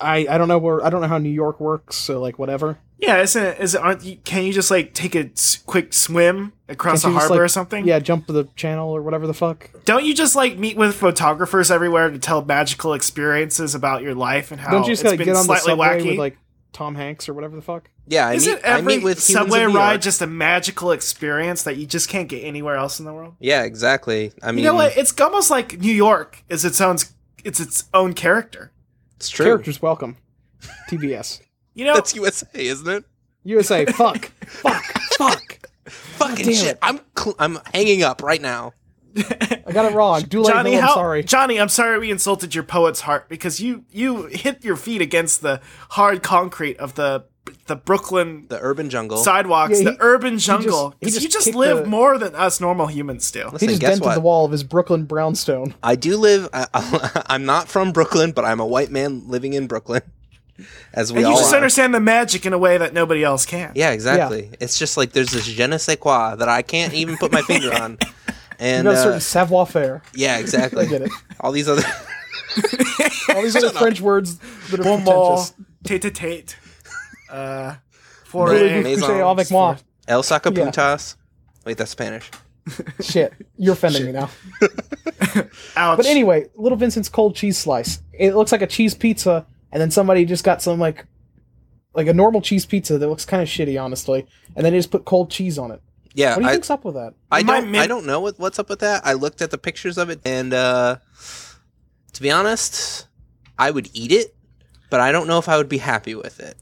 Speaker 1: I I don't know where I don't know how New York works. So like whatever.
Speaker 2: Yeah, isn't it, is it, aren't you, can you just like take a s- quick swim across
Speaker 1: Can't
Speaker 2: the
Speaker 1: you just,
Speaker 2: harbor
Speaker 1: like-
Speaker 2: or something?
Speaker 1: Yeah, jump the channel or whatever the fuck.
Speaker 2: Don't you just like meet with photographers everywhere to tell magical experiences about your life and how
Speaker 1: don't you just
Speaker 2: Oh, it's
Speaker 1: like
Speaker 2: been
Speaker 1: get on the
Speaker 2: slightly
Speaker 1: subway
Speaker 2: wacky?
Speaker 1: with like Tom Hanks or whatever the fuck?
Speaker 3: Yeah, I
Speaker 2: isn't
Speaker 3: meet,
Speaker 2: every
Speaker 3: I meet with humans
Speaker 2: subway
Speaker 3: in New
Speaker 2: ride
Speaker 3: York.
Speaker 2: just a magical experience that you just can't get anywhere else in the world?
Speaker 3: Yeah, exactly. I mean,
Speaker 2: you know what? It's almost like New York is its own it's its own character.
Speaker 3: it's true.
Speaker 1: Characters welcome. TBS
Speaker 2: You know,
Speaker 3: That's USA, isn't it?
Speaker 2: <laughs>
Speaker 1: USA. Fuck. fuck. Fuck.
Speaker 3: Fucking
Speaker 1: damn
Speaker 3: shit.
Speaker 1: it.
Speaker 3: I'm cl- I'm hanging up right now.
Speaker 1: I got it wrong. Do
Speaker 2: Johnny,
Speaker 1: I'm
Speaker 2: how,
Speaker 1: sorry.
Speaker 2: Johnny, I'm sorry we insulted your poet's heart because you you hit your feet against the hard concrete of the the Brooklyn
Speaker 3: The urban jungle.
Speaker 2: sidewalks,
Speaker 1: Yeah, he-
Speaker 2: the urban jungle.
Speaker 1: he
Speaker 2: 'Cause
Speaker 1: just
Speaker 2: you just
Speaker 1: kicked
Speaker 2: live
Speaker 1: the-
Speaker 2: more than us normal humans do.
Speaker 1: He
Speaker 3: Listen,
Speaker 1: just
Speaker 3: guess
Speaker 1: dented
Speaker 3: what?
Speaker 1: the wall of his Brooklyn brownstone.
Speaker 3: I do live. I, <laughs> I'm not from Brooklyn, but I'm a white man living in Brooklyn. <laughs> As we
Speaker 2: And you
Speaker 3: all
Speaker 2: just
Speaker 3: are.
Speaker 2: understand the magic in a way that nobody else can.
Speaker 3: Yeah, exactly. It's just like there's this je ne sais quoi that I can't even
Speaker 1: <laughs>
Speaker 3: put my finger on.
Speaker 1: You
Speaker 3: And
Speaker 1: got a
Speaker 3: uh,
Speaker 1: certain savoir faire.
Speaker 3: yeah,
Speaker 1: <laughs>
Speaker 3: exactly.
Speaker 1: I get
Speaker 3: <laughs>
Speaker 1: it.
Speaker 3: All these other.
Speaker 1: All these other French words that are
Speaker 2: Bon mot,
Speaker 1: pretentious.
Speaker 2: tete
Speaker 1: <laughs>
Speaker 2: a tete. Uh,
Speaker 3: Really?
Speaker 2: foray.
Speaker 3: Maisons.
Speaker 1: Couchez avec moi.
Speaker 3: El Sacapuntas. Wait, that's Spanish.
Speaker 1: Shit, you're offending me now.
Speaker 2: Ouch.
Speaker 1: But anyway, Little Vincent's cold cheese slice. It looks like a cheese pizza, and then somebody just got some like, like a normal cheese pizza that looks kind of shitty, honestly. And then they just put cold cheese on it.
Speaker 3: Yeah,
Speaker 1: What do you
Speaker 3: I,
Speaker 1: think's up with
Speaker 3: <laughs>
Speaker 1: that?
Speaker 3: I
Speaker 2: My
Speaker 3: don't,
Speaker 2: min-
Speaker 3: I don't know what, what's up with that. I looked at the pictures of it, and uh, to be honest, I would eat it, but I don't know if I would be happy with it.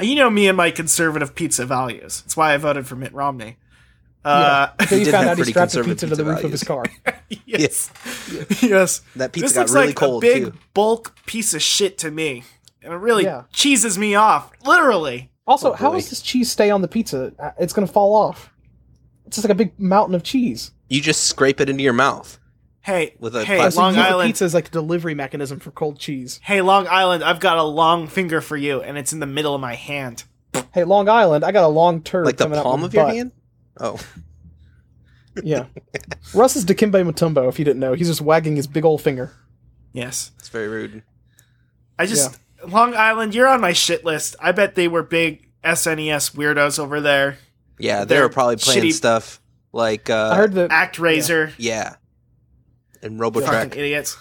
Speaker 2: Uh, you know me and my conservative pizza values. That's why I voted for Mitt Romney. Uh,
Speaker 1: So you
Speaker 3: did
Speaker 1: found
Speaker 3: have
Speaker 1: out he
Speaker 3: pretty
Speaker 1: strapped the
Speaker 3: conservative
Speaker 1: pizza to the
Speaker 3: pizza
Speaker 1: roof of his car. <laughs>
Speaker 2: <laughs> yes. yes.
Speaker 3: That pizza
Speaker 2: this
Speaker 3: got
Speaker 2: looks
Speaker 3: really
Speaker 2: like
Speaker 3: cold
Speaker 2: a big
Speaker 3: too.
Speaker 2: bulk piece of shit to me, and it really
Speaker 1: Yeah.
Speaker 2: cheeses me off, literally.
Speaker 1: Also,
Speaker 3: Oh,
Speaker 1: how
Speaker 3: boy.
Speaker 1: does this cheese stay on the pizza? Uh, It's gonna fall off. It's just like a big mountain of cheese.
Speaker 3: You just scrape it into your mouth.
Speaker 2: Hey,
Speaker 3: With a
Speaker 2: hey,
Speaker 3: plastic-
Speaker 2: Long
Speaker 1: use the
Speaker 2: Island.
Speaker 1: pizza is like a delivery mechanism for cold cheese.
Speaker 2: Hey, Long Island, I've got a long finger for you, and it's in the middle of my hand.
Speaker 1: Hey, Long Island, I got a long turd
Speaker 3: Like the
Speaker 1: coming up
Speaker 3: palm
Speaker 1: my
Speaker 3: of your
Speaker 1: butt.
Speaker 3: hand? Oh.
Speaker 1: <laughs> Yeah. Russ is Dikembe Mutombo, if you didn't know. He's just wagging his big old finger.
Speaker 2: Yes.
Speaker 3: It's very rude.
Speaker 2: I just Long Island, you're on my shit list. I bet they were big SNES weirdos over there.
Speaker 3: Yeah, they
Speaker 2: They're
Speaker 3: were probably playing
Speaker 2: shitty-
Speaker 3: stuff like uh
Speaker 1: I heard that.
Speaker 2: Act Razor,
Speaker 3: yeah, and Robotrek.
Speaker 2: fucking idiots.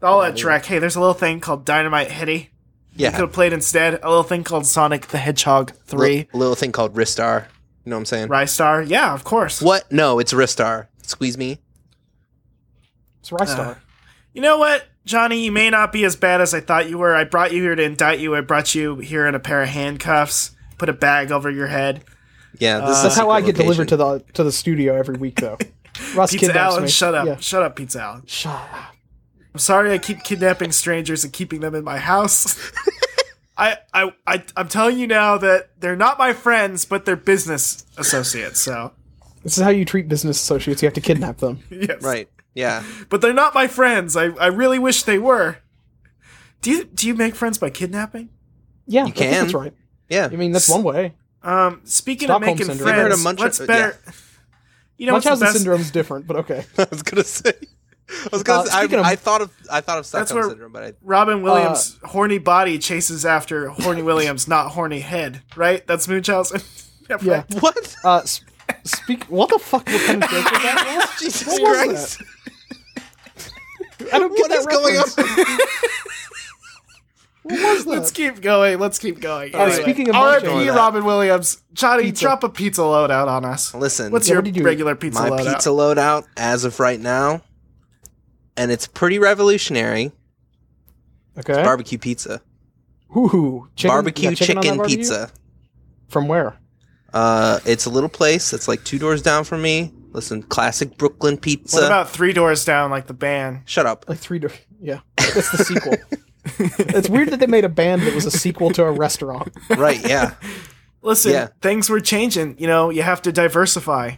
Speaker 2: All that Trek. Hey, there's a little thing called Dynamite Hitty.
Speaker 3: Yeah,
Speaker 2: Could have played instead a little thing called Sonic the Hedgehog Three.
Speaker 3: Li- little thing called Ristar. You know what I'm saying?
Speaker 2: Rystar. Yeah, of course.
Speaker 3: What? No, it's Ristar. Squeeze me.
Speaker 1: It's
Speaker 2: uh,
Speaker 1: Rystar.
Speaker 2: You know what, Johnny? You may not be as bad as I thought you were. I brought you here to indict you. I brought you here in a pair of handcuffs, put a bag over your head.
Speaker 3: Yeah, this
Speaker 2: Uh,
Speaker 3: is
Speaker 1: That's how I get delivered to
Speaker 3: The-
Speaker 1: the to the studio every week,
Speaker 2: <laughs>
Speaker 1: though. Russ
Speaker 2: Pizza
Speaker 1: kidnaps
Speaker 2: Allen,
Speaker 1: me.
Speaker 2: shut up.
Speaker 1: Yeah.
Speaker 2: Shut up, Pizza Allen.
Speaker 1: Shut up.
Speaker 2: I'm sorry I keep kidnapping strangers and keeping them in my house.
Speaker 1: <laughs>
Speaker 2: I, I, I, I'm telling you now that they're not my friends, but they're business associates. So, <laughs>
Speaker 1: This is how you treat business associates. You have to kidnap them.
Speaker 2: yes.
Speaker 3: right. Yeah.
Speaker 2: But they're not my friends. I, I really wish they were. Do you, do you make friends by kidnapping?
Speaker 1: Yeah,
Speaker 3: You
Speaker 1: I think that's
Speaker 3: can.
Speaker 1: right.
Speaker 3: Yeah.
Speaker 1: I mean, that's one way.
Speaker 2: Um, speaking
Speaker 1: Stockholm
Speaker 2: of making
Speaker 1: syndrome. Ever
Speaker 3: heard of
Speaker 2: friends,
Speaker 3: Munch-
Speaker 2: what's
Speaker 3: uh,
Speaker 2: better? You know, what's the
Speaker 1: Munchausen
Speaker 2: best?
Speaker 1: syndrome's different, but
Speaker 3: <laughs>
Speaker 1: okay.
Speaker 3: I was gonna say. I was gonna.
Speaker 1: Uh,
Speaker 3: say, I,
Speaker 1: speaking of-
Speaker 3: I thought of. I thought of Stockholm
Speaker 2: where-
Speaker 3: syndrome, but I,
Speaker 1: uh,
Speaker 2: Robin Williams' horny body chases after horny Williams, not horny head. Right? That's Munchausen. <laughs>
Speaker 1: Yeah.
Speaker 3: what?
Speaker 1: Uh, sp- speak. What the fuck? What kind of joke was
Speaker 3: <laughs>
Speaker 1: that?
Speaker 3: Jesus
Speaker 1: was
Speaker 3: Christ!
Speaker 1: I don't get
Speaker 3: What
Speaker 1: that
Speaker 3: is going on?
Speaker 1: reference. <laughs> What was that?
Speaker 2: Let's keep going. Let's keep going.
Speaker 1: Uh, speaking of
Speaker 2: R.I.P.
Speaker 1: Munchausen-
Speaker 2: Robin Williams, Johnny,
Speaker 1: Pizza.
Speaker 2: drop a pizza load out on us.
Speaker 3: <laughs> Listen,
Speaker 2: What's
Speaker 1: Yeah,
Speaker 2: your
Speaker 1: what do you do?
Speaker 2: regular pizza
Speaker 3: my
Speaker 2: load
Speaker 3: pizza loadout as of right now, and it's pretty revolutionary.
Speaker 1: okay.
Speaker 3: Barbecue pizza,
Speaker 1: Ooh, chicken-
Speaker 3: barbecue
Speaker 1: yeah, chicken on that
Speaker 3: chicken
Speaker 1: barbecue?
Speaker 3: pizza.
Speaker 1: From where?
Speaker 3: Uh, it's a little place. It's like two doors down from me. Listen, classic Brooklyn pizza.
Speaker 2: What about three doors down, like the band?
Speaker 3: Shut up.
Speaker 1: Like three. di- Yeah, that's the
Speaker 2: <laughs>
Speaker 1: sequel. it's weird that they made a band that was a sequel to a restaurant. <laughs>
Speaker 3: Right?
Speaker 2: <laughs>
Speaker 3: Yeah.
Speaker 2: Listen,
Speaker 3: Yeah.
Speaker 2: things were changing. You know, you have to diversify.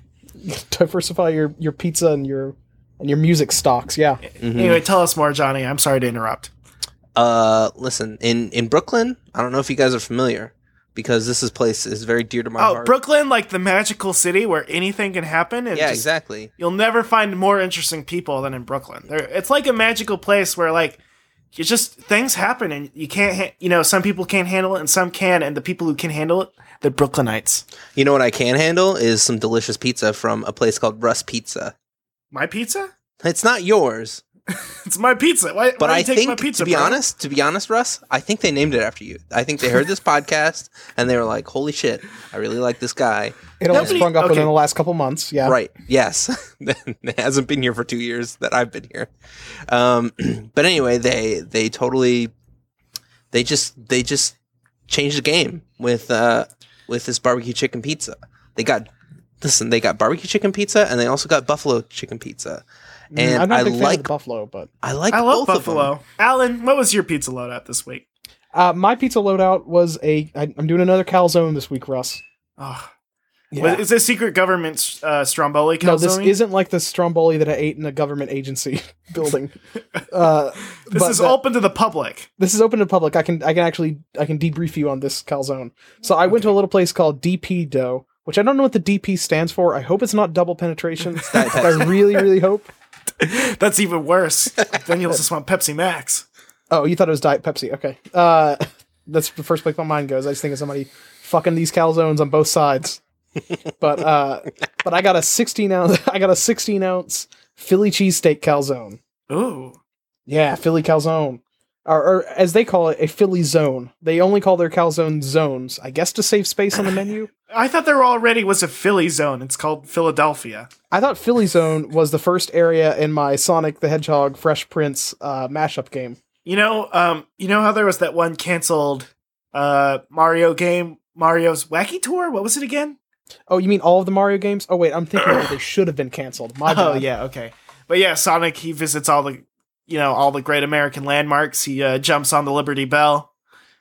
Speaker 1: Diversify your your pizza and your and your music stocks. Yeah,
Speaker 3: Mm-hmm.
Speaker 2: Anyway, tell us more, Johnny. I'm sorry to interrupt.
Speaker 3: Uh, listen, in in Brooklyn, I don't know if you guys are familiar because this is place is very dear to my
Speaker 2: Oh,
Speaker 3: heart.
Speaker 2: Brooklyn, like the magical city where anything can happen. And
Speaker 3: yeah,
Speaker 2: just-
Speaker 3: exactly.
Speaker 2: You'll never find more interesting people than in Brooklyn. There, it's like a magical place where like you just things happen and you can't. Ha- you know, some people can't handle it and some can, and the people who can handle it, they're Brooklynites.
Speaker 3: You know what I can handle is some delicious pizza from a place called Russ Pizza.
Speaker 2: My pizza? <laughs>
Speaker 3: It's not yours,
Speaker 2: It's my pizza. Why?
Speaker 3: but
Speaker 2: why
Speaker 3: I
Speaker 2: you take my
Speaker 3: think
Speaker 2: pizza,
Speaker 3: to be
Speaker 2: bro?
Speaker 3: honest, to be honest, Russ, I think they named it after you. I think they
Speaker 2: <laughs>
Speaker 3: heard this podcast and they were like, "Holy shit, I really like this guy."
Speaker 1: it only
Speaker 2: Nobody-
Speaker 1: sprung up
Speaker 2: okay.
Speaker 1: within the last couple months. Yeah,
Speaker 3: Right? Yes, <laughs> it hasn't been here for two years that I've been here. Um, <clears throat> but anyway, they they totally they just they just changed the game with uh with this barbecue chicken pizza. They got listen, they got barbecue chicken pizza and they also got buffalo chicken pizza.
Speaker 1: Mm,
Speaker 3: And
Speaker 1: I'm not a
Speaker 3: I
Speaker 1: big fan of
Speaker 3: like
Speaker 1: the buffalo, but
Speaker 3: I like
Speaker 2: I love
Speaker 3: both of them.
Speaker 2: Buffalo. Alan, what was your pizza loadout this week?
Speaker 1: uh, my pizza loadout was a. I, I'm doing another calzone this week, Russ.
Speaker 2: Oh,
Speaker 1: Yeah.
Speaker 2: Is this secret government uh, Stromboli calzone?
Speaker 1: no, this isn't like the Stromboli that I ate in a government agency <laughs>
Speaker 2: <laughs>
Speaker 1: building. Uh,
Speaker 2: This
Speaker 1: but
Speaker 2: is
Speaker 1: the-
Speaker 2: open to
Speaker 1: <laughs>
Speaker 2: the public.
Speaker 1: this is open to the public. I can I can actually I can debrief you on this calzone. So I went to a little place called DP Dough, which I don't know what the DP stands for. I hope it's not double penetration.
Speaker 3: Diet
Speaker 1: but <laughs> I really really hope.
Speaker 2: That's even
Speaker 3: <laughs>
Speaker 2: worse. then you'll just want Pepsi Max.
Speaker 1: Oh, you thought it was Diet Pepsi? Okay, uh, that's the first place my mind goes. I just think of somebody fucking these calzones on both sides. but uh, but I got a sixteen ounce <laughs> I got a sixteen ounce Philly cheesesteak calzone.
Speaker 2: Ooh.
Speaker 1: Yeah, Philly calzone. Or, or as they call it, a Philly zone. They only call their calzone zones, I guess, to save space on the
Speaker 3: <laughs>
Speaker 1: menu.
Speaker 2: I thought there already was a Philly zone. It's called Philadelphia.
Speaker 1: I thought Philly Zone was the first area in my Sonic the Hedgehog Fresh Prince uh, mashup game.
Speaker 2: You know, um, you know how there was that one canceled uh Mario game, Mario's Wacky Tour? What was it again?
Speaker 1: Oh, you mean all of the Mario games? Oh, wait, I'm thinking that they should have been canceled.
Speaker 3: <laughs>
Speaker 1: My
Speaker 2: Oh
Speaker 1: bad.
Speaker 2: yeah, okay. But yeah, Sonic he visits all the you know, all the great American landmarks. He uh, jumps on the Liberty Bell.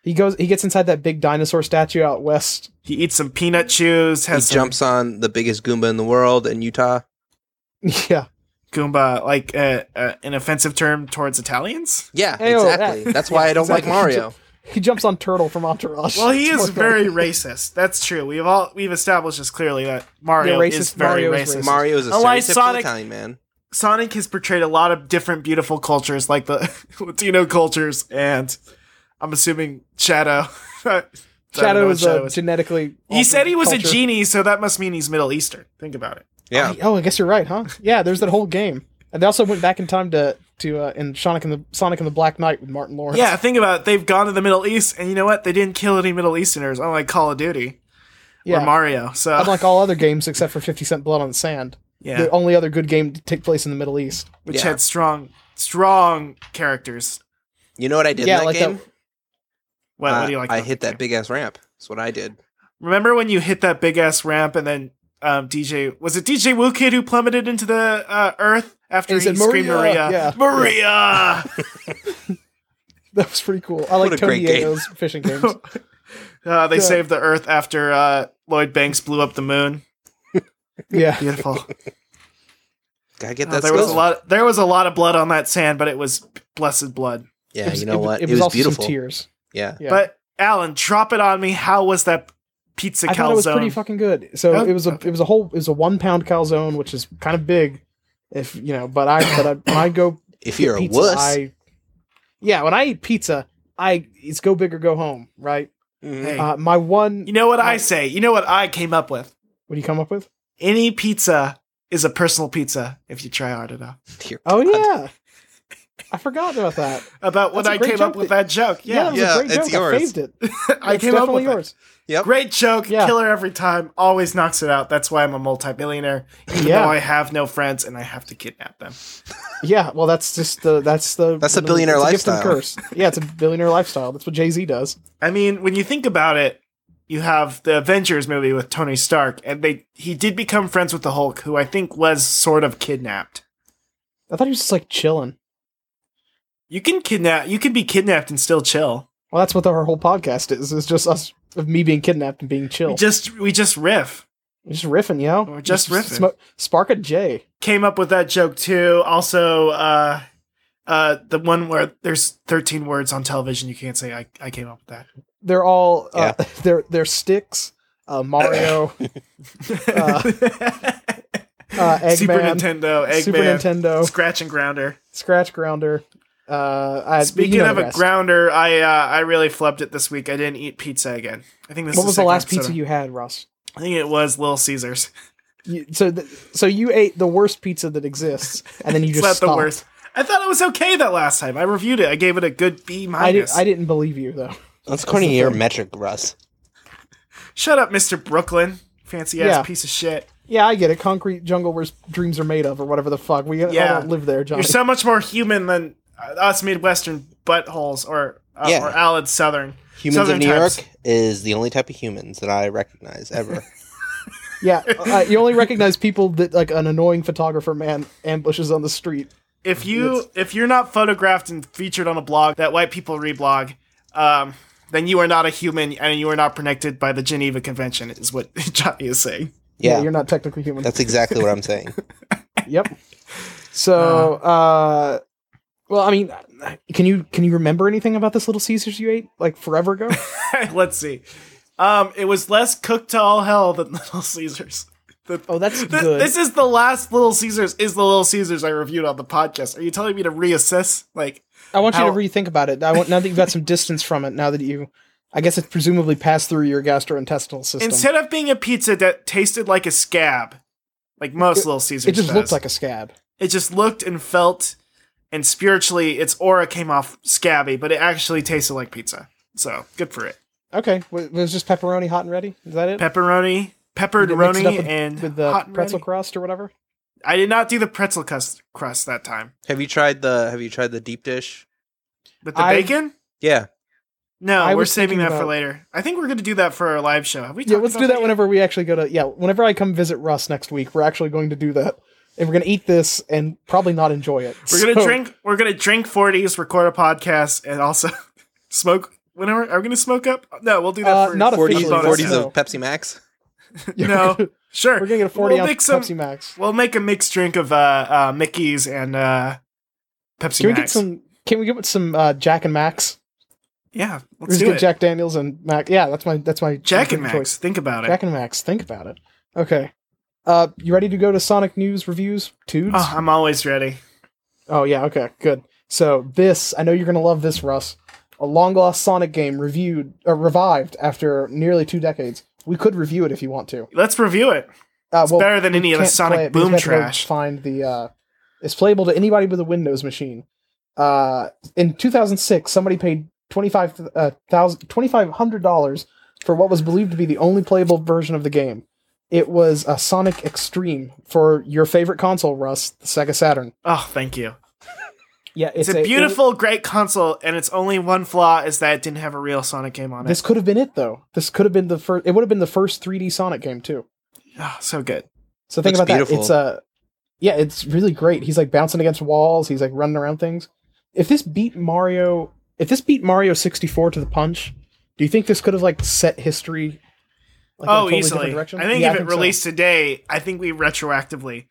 Speaker 1: He goes. He gets inside that big dinosaur statue out west. <laughs>
Speaker 2: He eats some peanut chews,
Speaker 3: He
Speaker 2: has some
Speaker 3: jumps on the biggest Goomba in the world in Utah.
Speaker 1: yeah.
Speaker 2: Goomba like uh, uh, an offensive term towards Italians.
Speaker 3: Yeah,
Speaker 1: Hey, oh,
Speaker 3: exactly.
Speaker 1: that-
Speaker 3: That's why I don't
Speaker 1: <laughs> exactly.
Speaker 3: like Mario.
Speaker 1: He jumps on Turtle from Entourage.
Speaker 2: Well, he
Speaker 1: It's
Speaker 2: is
Speaker 1: more
Speaker 2: very racist. That's true. We've all we've established this clearly that Mario
Speaker 1: Yeah, racist-
Speaker 2: is very
Speaker 1: Mario is
Speaker 2: racist.
Speaker 1: racist.
Speaker 3: Mario is a
Speaker 1: Oh,
Speaker 2: Unlike
Speaker 3: stereotypical
Speaker 2: Sonic-
Speaker 3: Italian man.
Speaker 2: Sonic has portrayed a lot of different beautiful cultures, like the <laughs> Latino cultures, and I'm assuming Shadow. <laughs> I don't know
Speaker 1: Shadow
Speaker 2: what
Speaker 1: is a
Speaker 2: is.
Speaker 1: genetically.
Speaker 2: He said he was
Speaker 1: altered
Speaker 2: a
Speaker 1: culture.
Speaker 2: genie, so that must mean he's Middle Eastern. Think about it.
Speaker 3: Yeah,
Speaker 1: Oh, I guess you're right, huh? Yeah, there's that whole game, and they also went back in time to to uh, in Sonic and the Sonic and the Black Knight with Martin Lawrence.
Speaker 2: Yeah, think about it. They've gone to the Middle East, and you know what? They didn't kill any Middle Easterners, unlike Call of Duty or
Speaker 1: yeah.
Speaker 2: Mario. So
Speaker 1: Unlike all other games except for Fifty Cent Blood on the Sand,
Speaker 2: yeah,
Speaker 1: the only other good game to take place in the Middle East. <laughs>
Speaker 2: which
Speaker 3: Yeah.
Speaker 2: had strong, strong characters.
Speaker 3: you know what I did
Speaker 1: Yeah,
Speaker 3: in that
Speaker 1: like that-
Speaker 3: game?
Speaker 2: What, what
Speaker 3: Uh,
Speaker 2: do you like?
Speaker 3: I
Speaker 2: about
Speaker 3: hit
Speaker 2: the
Speaker 3: that big ass ramp. That's what I did.
Speaker 2: Remember when you hit that big ass ramp and then um, DJ was it DJ Wu Kid who plummeted into the uh, earth after he,
Speaker 1: And he said,
Speaker 2: screamed
Speaker 1: "Maria!"
Speaker 2: Maria?
Speaker 1: Yeah.
Speaker 2: <laughs> Maria.
Speaker 1: <laughs> That was pretty cool. I
Speaker 3: What
Speaker 1: like
Speaker 3: a
Speaker 1: Tony
Speaker 3: great game.
Speaker 1: Diego's fishing
Speaker 3: <laughs>
Speaker 1: games.
Speaker 2: uh, they
Speaker 1: Yeah.
Speaker 2: saved the earth after uh, Lloyd Banks blew up the moon.
Speaker 1: Yeah,
Speaker 2: Beautiful.
Speaker 3: Gotta get
Speaker 2: Uh,
Speaker 3: that.
Speaker 2: there was a
Speaker 3: skill.
Speaker 2: lot. There was a lot of blood on that sand, but it was blessed blood.
Speaker 3: Yeah,
Speaker 1: was-
Speaker 3: you know
Speaker 1: was-
Speaker 3: what? It,
Speaker 1: was,
Speaker 3: was,
Speaker 1: also
Speaker 3: beautiful.
Speaker 1: Some tears.
Speaker 3: Yeah,
Speaker 1: Yeah.
Speaker 2: But Alan, drop it on me. How was that pizza
Speaker 1: I thought it was pretty
Speaker 2: calzone?
Speaker 1: fucking good. So
Speaker 2: Oh,
Speaker 1: it was a
Speaker 2: okay.
Speaker 1: it was a whole it was a one pound calzone, which is kind of big, if you know. But I but
Speaker 3: <coughs>
Speaker 1: I, when I go
Speaker 3: if
Speaker 1: get
Speaker 3: you're
Speaker 1: pizza,
Speaker 3: a wuss,
Speaker 1: I yeah. When I eat pizza, I it's go big or go home, right?
Speaker 3: Mhm. <laughs>
Speaker 2: Hey.
Speaker 1: Uh, my one.
Speaker 2: you know what I say. You know what I came up with.
Speaker 1: What do you come up with?
Speaker 2: Any pizza is a personal pizza if you try hard enough.
Speaker 3: Dear
Speaker 2: <laughs>
Speaker 1: Oh
Speaker 3: God.
Speaker 1: yeah, I forgot about that.
Speaker 2: About when
Speaker 1: That's a
Speaker 2: I
Speaker 1: great
Speaker 2: came
Speaker 1: joke
Speaker 2: up with
Speaker 1: that-
Speaker 2: that joke.
Speaker 1: Yeah, that
Speaker 2: Yeah,
Speaker 1: was
Speaker 3: Yeah,
Speaker 1: a great
Speaker 3: it's
Speaker 1: joke. I
Speaker 3: yours.
Speaker 1: saved
Speaker 3: <laughs>
Speaker 1: it.
Speaker 2: I
Speaker 1: It's
Speaker 2: came up
Speaker 1: definitely
Speaker 2: with it.
Speaker 1: yours.
Speaker 2: <laughs>
Speaker 3: Yep.
Speaker 2: Great joke,
Speaker 1: Yeah.
Speaker 2: killer every time. Always knocks it out. That's why I'm a multimillionaire. Even
Speaker 1: Yeah.
Speaker 2: though I have no friends and I have to kidnap them.
Speaker 1: Yeah, well, that's just the that's the
Speaker 3: That's a billionaire
Speaker 1: it's a gift and
Speaker 3: lifestyle.
Speaker 1: curse. Yeah, it's a billionaire lifestyle. That's what Jay Z does.
Speaker 2: I mean, when you think about it, you have the Avengers movie with Tony Stark, and they he did become friends with the Hulk, who I think was sort of kidnapped.
Speaker 1: I thought he was just like chilling.
Speaker 2: You can kidnap. You can be kidnapped and still chill.
Speaker 1: Well, that's what our whole podcast is. It's just us of me being kidnapped and being
Speaker 2: We
Speaker 1: chill. Just,
Speaker 2: just we just riff.
Speaker 1: just riffing, yo.
Speaker 2: We're just riffing.
Speaker 1: spark a J.
Speaker 2: Came up with that joke too. Also, uh, uh, the one where there's 13 words on television you can't say. I I came up with that.
Speaker 1: They're all uh, <laughs> they're they're sticks. Uh,
Speaker 3: <laughs>
Speaker 1: Mario,
Speaker 2: <laughs>
Speaker 1: uh, Eggman,
Speaker 2: Super Nintendo, Eggman,
Speaker 1: Super Nintendo,
Speaker 2: Scratch and Grounder.
Speaker 1: Scratch Grounder. Uh, I,
Speaker 2: Speaking
Speaker 1: you know
Speaker 2: of
Speaker 1: the
Speaker 2: a
Speaker 1: rest.
Speaker 2: grounder, I uh, I really flubbed it this week. I didn't eat pizza again. I think this
Speaker 1: what
Speaker 2: is
Speaker 1: was the
Speaker 2: second
Speaker 1: last
Speaker 2: episode
Speaker 1: pizza
Speaker 2: of-
Speaker 1: you had, Russ?
Speaker 2: I think it was Little Caesars.
Speaker 1: You, so th- so you ate the worst pizza that exists, and then you
Speaker 2: It's
Speaker 1: just
Speaker 2: not
Speaker 1: stopped.
Speaker 2: the worst. I thought it was okay that last time. I reviewed it. I gave it a good B
Speaker 1: I, did,
Speaker 2: minus.
Speaker 1: I didn't believe you though.
Speaker 3: That's according to your metric, Russ.
Speaker 2: Shut up, Mister Brooklyn, fancy
Speaker 1: Yeah.
Speaker 2: ass piece of shit.
Speaker 1: Yeah, I get it. Concrete jungle where s- dreams are made of, or whatever the fuck. We all
Speaker 2: Yeah.
Speaker 1: don't live there, Johnny.
Speaker 2: You're so much more human than uh, us Midwestern buttholes, or uh,
Speaker 3: Yeah.
Speaker 2: or Alan Southern.
Speaker 3: Humans
Speaker 2: Southern
Speaker 3: of New
Speaker 2: types.
Speaker 3: York is the only type of humans that I recognize ever.
Speaker 2: <laughs>
Speaker 1: Yeah, uh, you only recognize people that like an annoying photographer man ambushes on the street.
Speaker 2: if you if you're not photographed and featured on a blog that white people reblog, um, then you are not a human and you are not protected by the Geneva Convention, is what <laughs> Johnny is saying.
Speaker 1: Yeah,
Speaker 3: Yeah,
Speaker 1: you're not technically human.
Speaker 3: that's exactly what I'm saying.
Speaker 1: <laughs> Yep. So, uh, well, I mean, can you can you remember anything about this Little Caesars you ate like forever ago?
Speaker 2: Let's see. Um, it was less cooked to all hell than <laughs> Little Caesars. The-
Speaker 1: Oh, that's
Speaker 2: th-
Speaker 1: good.
Speaker 2: This is the last Little Caesars. Is the Little Caesars I reviewed on the podcast? Are you telling me to reassess? Like,
Speaker 1: I want you
Speaker 2: How-
Speaker 1: to rethink about it. I want now that you've got some distance from it. Now that you, I guess it's presumably passed through your gastrointestinal system.
Speaker 2: instead of being a pizza that tasted like a scab, like most Little Caesars,
Speaker 1: it just
Speaker 2: does,
Speaker 1: looked like a scab.
Speaker 2: it just looked and felt and spiritually its aura came off scabby but it actually tasted like pizza so good for it
Speaker 1: Okay, wa- was just pepperoni hot and ready? Is that it?
Speaker 2: pepperoni
Speaker 1: You mixed it up
Speaker 2: pepperoni
Speaker 1: with-
Speaker 2: and
Speaker 1: with the
Speaker 2: hot and
Speaker 1: pretzel
Speaker 2: ready.
Speaker 1: crust or whatever.
Speaker 2: i did not do the pretzel crust, crust that time
Speaker 3: Have you tried the Have you tried the deep dish?
Speaker 2: but the
Speaker 1: I-
Speaker 2: bacon
Speaker 3: Yeah,
Speaker 2: no
Speaker 1: I
Speaker 2: we're
Speaker 1: was
Speaker 2: saving
Speaker 1: thinking
Speaker 2: that for
Speaker 1: about-
Speaker 2: later i think we're going to do that for our live show have we
Speaker 1: Yeah,
Speaker 2: talked
Speaker 1: let's
Speaker 2: about
Speaker 1: do that
Speaker 2: yet?
Speaker 1: whenever we actually go to yeah, whenever I come visit Russ next week, we're actually going to do that. And we're gonna eat this and probably not enjoy it.
Speaker 2: we're going
Speaker 1: <laughs>
Speaker 2: to
Speaker 1: So,
Speaker 2: drink we're going to drink 40s record a podcast and also <laughs> smoke whenever are we going to smoke up no we'll do that
Speaker 1: Uh,
Speaker 2: for
Speaker 1: not
Speaker 3: forties
Speaker 1: Officially,
Speaker 3: forties
Speaker 1: no.
Speaker 3: of Pepsi Max.
Speaker 1: yeah,
Speaker 2: no.
Speaker 1: We're,
Speaker 2: sure
Speaker 1: gonna get a 40
Speaker 2: We'll make
Speaker 1: ounce
Speaker 2: some-
Speaker 1: Pepsi Max.
Speaker 2: We'll make a mixed drink of uh, uh, Mickey's and uh, Pepsi
Speaker 1: Can we
Speaker 2: Max.
Speaker 1: get some can we get some uh, Jack and Max?
Speaker 2: Yeah,
Speaker 1: Let's
Speaker 2: let's
Speaker 1: get
Speaker 2: do it. Jack,
Speaker 1: Jack Daniels and Mac. Yeah, that's my that's my
Speaker 2: and
Speaker 1: my
Speaker 2: Max,
Speaker 1: choice.
Speaker 2: think about
Speaker 1: Jack
Speaker 2: it.
Speaker 1: and Max. Think about it. Okay. Uh, you ready to go to Sonic News Reviews, dudes?
Speaker 2: Oh, I'm always ready.
Speaker 1: Oh yeah, okay, good. So this, I know you're gonna love this, Russ. A long lost Sonic game reviewed, uh, revived after nearly two decades. We could review it if you want to.
Speaker 2: Let's review it.
Speaker 1: Uh,
Speaker 2: It's better than
Speaker 1: we
Speaker 2: any of the
Speaker 1: can't
Speaker 2: Sonic
Speaker 1: play it because
Speaker 2: boom
Speaker 1: we have to go
Speaker 2: trash.
Speaker 1: Find the. Uh, it's playable to anybody with a Windows machine. Uh, in 2006, somebody paid twenty five thousand twenty five hundred dollars for what was believed to be the only playable version of the game. It was a Sonic Extreme for your favorite console, Russ, the Sega Saturn.
Speaker 2: Oh, thank you.
Speaker 1: Yeah,
Speaker 2: It's, a, beautiful, great console, and its only one flaw is that it didn't have a real Sonic game on it.
Speaker 1: This could have been it though. This could have been the first. It would have been the first 3D Sonic game too.
Speaker 2: Ah, so good.
Speaker 1: So think
Speaker 3: Looks
Speaker 1: about
Speaker 3: beautiful.
Speaker 1: that. It's uh, yeah, it's really great. He's like bouncing against walls. He's like running around things. If this beat Mario, if this beat Mario 64 to the punch, do you think this could have like set history? Like, in a
Speaker 2: oh,
Speaker 1: totally different
Speaker 2: easily. I
Speaker 1: direction?
Speaker 2: think
Speaker 1: Yeah,
Speaker 2: if it
Speaker 1: so.
Speaker 2: released today, I think we retroactively,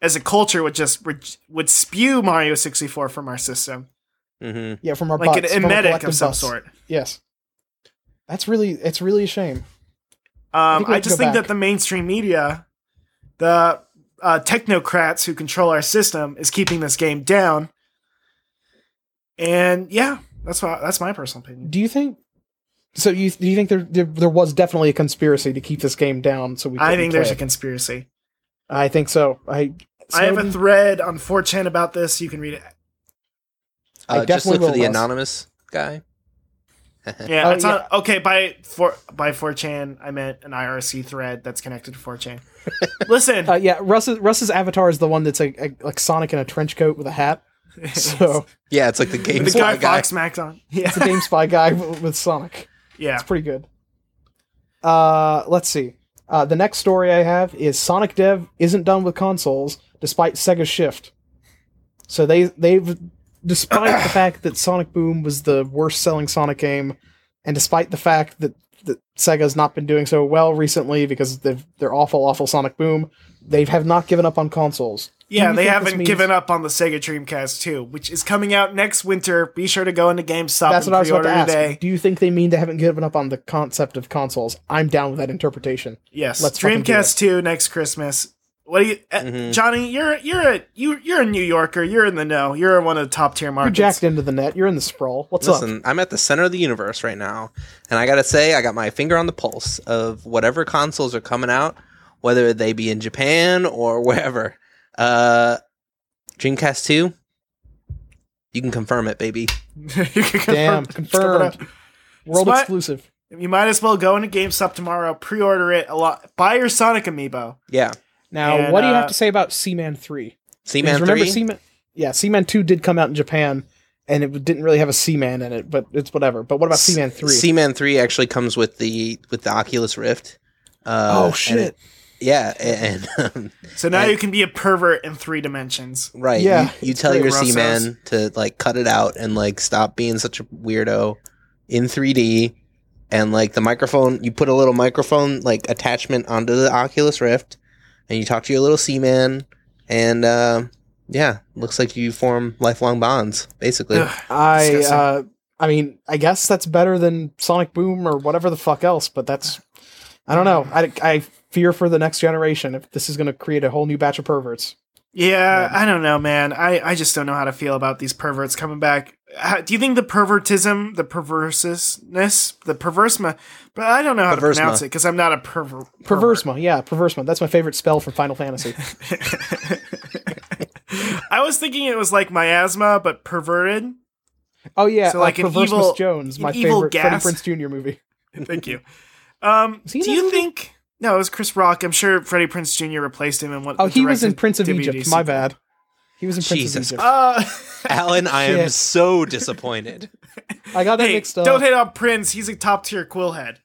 Speaker 2: as a culture, would just re- would spew Mario 64 from our system,
Speaker 3: hmm
Speaker 1: yeah, from our
Speaker 2: like
Speaker 1: butts,
Speaker 2: an
Speaker 1: from our
Speaker 2: emetic
Speaker 1: collective
Speaker 2: of some
Speaker 1: butts.
Speaker 2: sort.
Speaker 1: Yes, that's really it's really a shame.
Speaker 2: Um,
Speaker 1: think we
Speaker 2: I
Speaker 1: have to
Speaker 2: just
Speaker 1: go
Speaker 2: think
Speaker 1: back.
Speaker 2: that the mainstream media, the uh, technocrats who control our system, is keeping this game down. And yeah, that's why that's my personal opinion.
Speaker 1: Do you think? So you do you think there there, there was definitely a conspiracy to keep this game down? So we
Speaker 2: I
Speaker 1: couldn't
Speaker 2: think there's
Speaker 1: play
Speaker 2: a
Speaker 1: it?
Speaker 2: conspiracy.
Speaker 1: I think so. I
Speaker 2: I have a
Speaker 1: Snowden-
Speaker 2: thread on 4chan about this. You can read it.
Speaker 1: I
Speaker 3: Uh, just
Speaker 1: definitely
Speaker 3: look for
Speaker 1: will,
Speaker 3: the
Speaker 1: Russ.
Speaker 3: anonymous guy.
Speaker 2: Yeah,
Speaker 1: Oh,
Speaker 2: it's on. Okay, by four by 4chan, I meant an IRC thread that's connected to 4chan.
Speaker 1: <laughs>
Speaker 2: Listen,
Speaker 1: Uh, yeah, Russ's, Russ's avatar is the one that's a, a, like Sonic in a trench coat with a hat. So
Speaker 3: Yeah, it's like the game
Speaker 2: the guy
Speaker 3: guy. guy.
Speaker 2: Fox Max on. Yeah,
Speaker 1: it's a Game Spy guy w- with Sonic.
Speaker 2: yeah.
Speaker 1: It's pretty good. Uh, let's see. Uh, the next story I have is Sonic Dev isn't done with consoles despite Sega Shift. So they they've despite the fact that Sonic Boom was the worst selling Sonic game, and despite the fact that that Sega's not been doing so well recently because they've, they're awful, awful Sonic Boom, they have not given up on consoles.
Speaker 2: Yeah,
Speaker 1: you think
Speaker 2: they
Speaker 1: this
Speaker 2: haven't
Speaker 1: means-
Speaker 2: given up on the Sega Dreamcast 2, which is coming out next winter. Be sure to go into GameStop
Speaker 1: That's
Speaker 2: and
Speaker 1: what I was about
Speaker 2: pre-order
Speaker 1: to ask.
Speaker 2: today.
Speaker 1: Do you think they mean they haven't given up on the concept of consoles? I'm down with that interpretation.
Speaker 2: Yes,
Speaker 1: Let's fucking do
Speaker 2: Dreamcast 2 next Christmas. What do you, eh,
Speaker 3: Mhm.
Speaker 2: Johnny? You're you're a you you're a New Yorker. You're in the know. You're one of the top tier
Speaker 1: You're
Speaker 2: markets.
Speaker 1: jacked into the net. You're in the sprawl. What's up?
Speaker 3: Listen, I'm at the center of the universe right now, and I gotta say, I got my finger on the pulse of whatever consoles are coming out, whether they be in Japan or <laughs> wherever. Uh, Dreamcast Two, you can confirm it, baby.
Speaker 2: <laughs> You can confirm-
Speaker 1: Damn,
Speaker 2: confirm it
Speaker 1: confirmed. World
Speaker 2: Smart-
Speaker 1: exclusive.
Speaker 2: up. You might as well go into GameStop tomorrow. Pre-order it a lot. Buy your Sonic amiibo.
Speaker 3: Yeah,
Speaker 1: Now,
Speaker 2: And,
Speaker 1: what do you
Speaker 2: uh,
Speaker 1: have to say about Seaman Three?
Speaker 3: Seaman
Speaker 1: Because remember
Speaker 3: Three.
Speaker 1: Seaman? Yeah, Seaman Two did come out in Japan, and it didn't really have a Seaman in it, but it's whatever. But what about Seaman Three?
Speaker 3: Seaman Three actually comes with the with the Oculus Rift. Uh,
Speaker 1: oh
Speaker 3: and
Speaker 1: shit!
Speaker 3: it- yeah, and, <laughs> um,
Speaker 2: So now
Speaker 3: And-
Speaker 2: you can be a pervert in three dimensions.
Speaker 3: right.
Speaker 1: Yeah,
Speaker 3: you, you tell
Speaker 2: pretty
Speaker 3: your
Speaker 2: rough
Speaker 3: Seaman to like cut it out and like stop being such a weirdo in 3D. And like the microphone, you put a little microphone like attachment onto the Oculus Rift, and you talk to your little Seaman, and uh, yeah, looks like you form lifelong bonds basically.
Speaker 2: Ugh.
Speaker 1: I,
Speaker 2: Disgusting.
Speaker 1: uh, I mean, I guess that's better than Sonic Boom or whatever the fuck else. But that's, I don't know. I, I fear for the next generation if this is going to create a whole new batch of perverts.
Speaker 2: Yeah,
Speaker 1: Yeah.
Speaker 2: I don't know, man. I, I just don't know how to feel about these perverts coming back. How, do you think the pervertism, the perverseness, the perverse? But I don't know how
Speaker 3: Perversma.
Speaker 2: to pronounce it because I'm not a perver- pervert.
Speaker 1: Perversma, yeah, perversma. That's my favorite spell from Final
Speaker 2: <laughs>
Speaker 1: Fantasy.
Speaker 2: I was thinking it was like miasma, but perverted.
Speaker 1: Oh yeah,
Speaker 2: So,
Speaker 1: like
Speaker 2: like, an
Speaker 1: Perverse
Speaker 2: evil-
Speaker 1: Miss Jones,
Speaker 2: an
Speaker 1: my
Speaker 2: evil
Speaker 1: favorite Freddie
Speaker 2: gas.
Speaker 1: Prince Jr. movie.
Speaker 2: Thank you. Um,
Speaker 1: Was
Speaker 2: do
Speaker 1: he in that
Speaker 2: you
Speaker 1: movie?
Speaker 2: think? No, it was Chris Rock. I'm sure Freddie Prince Jr. replaced him in what?
Speaker 1: Oh, he was in Prince of
Speaker 2: directed
Speaker 1: Egypt.
Speaker 2: WDC.
Speaker 1: My bad. He was in Prince
Speaker 3: Jesus
Speaker 1: of Egypt.
Speaker 2: Uh,
Speaker 3: <laughs> Alan, I am
Speaker 1: Shit.
Speaker 3: so disappointed.
Speaker 1: I got that uh,
Speaker 2: hey,
Speaker 1: mixed up.
Speaker 2: don't hate on Prince. He's a top tier quill head.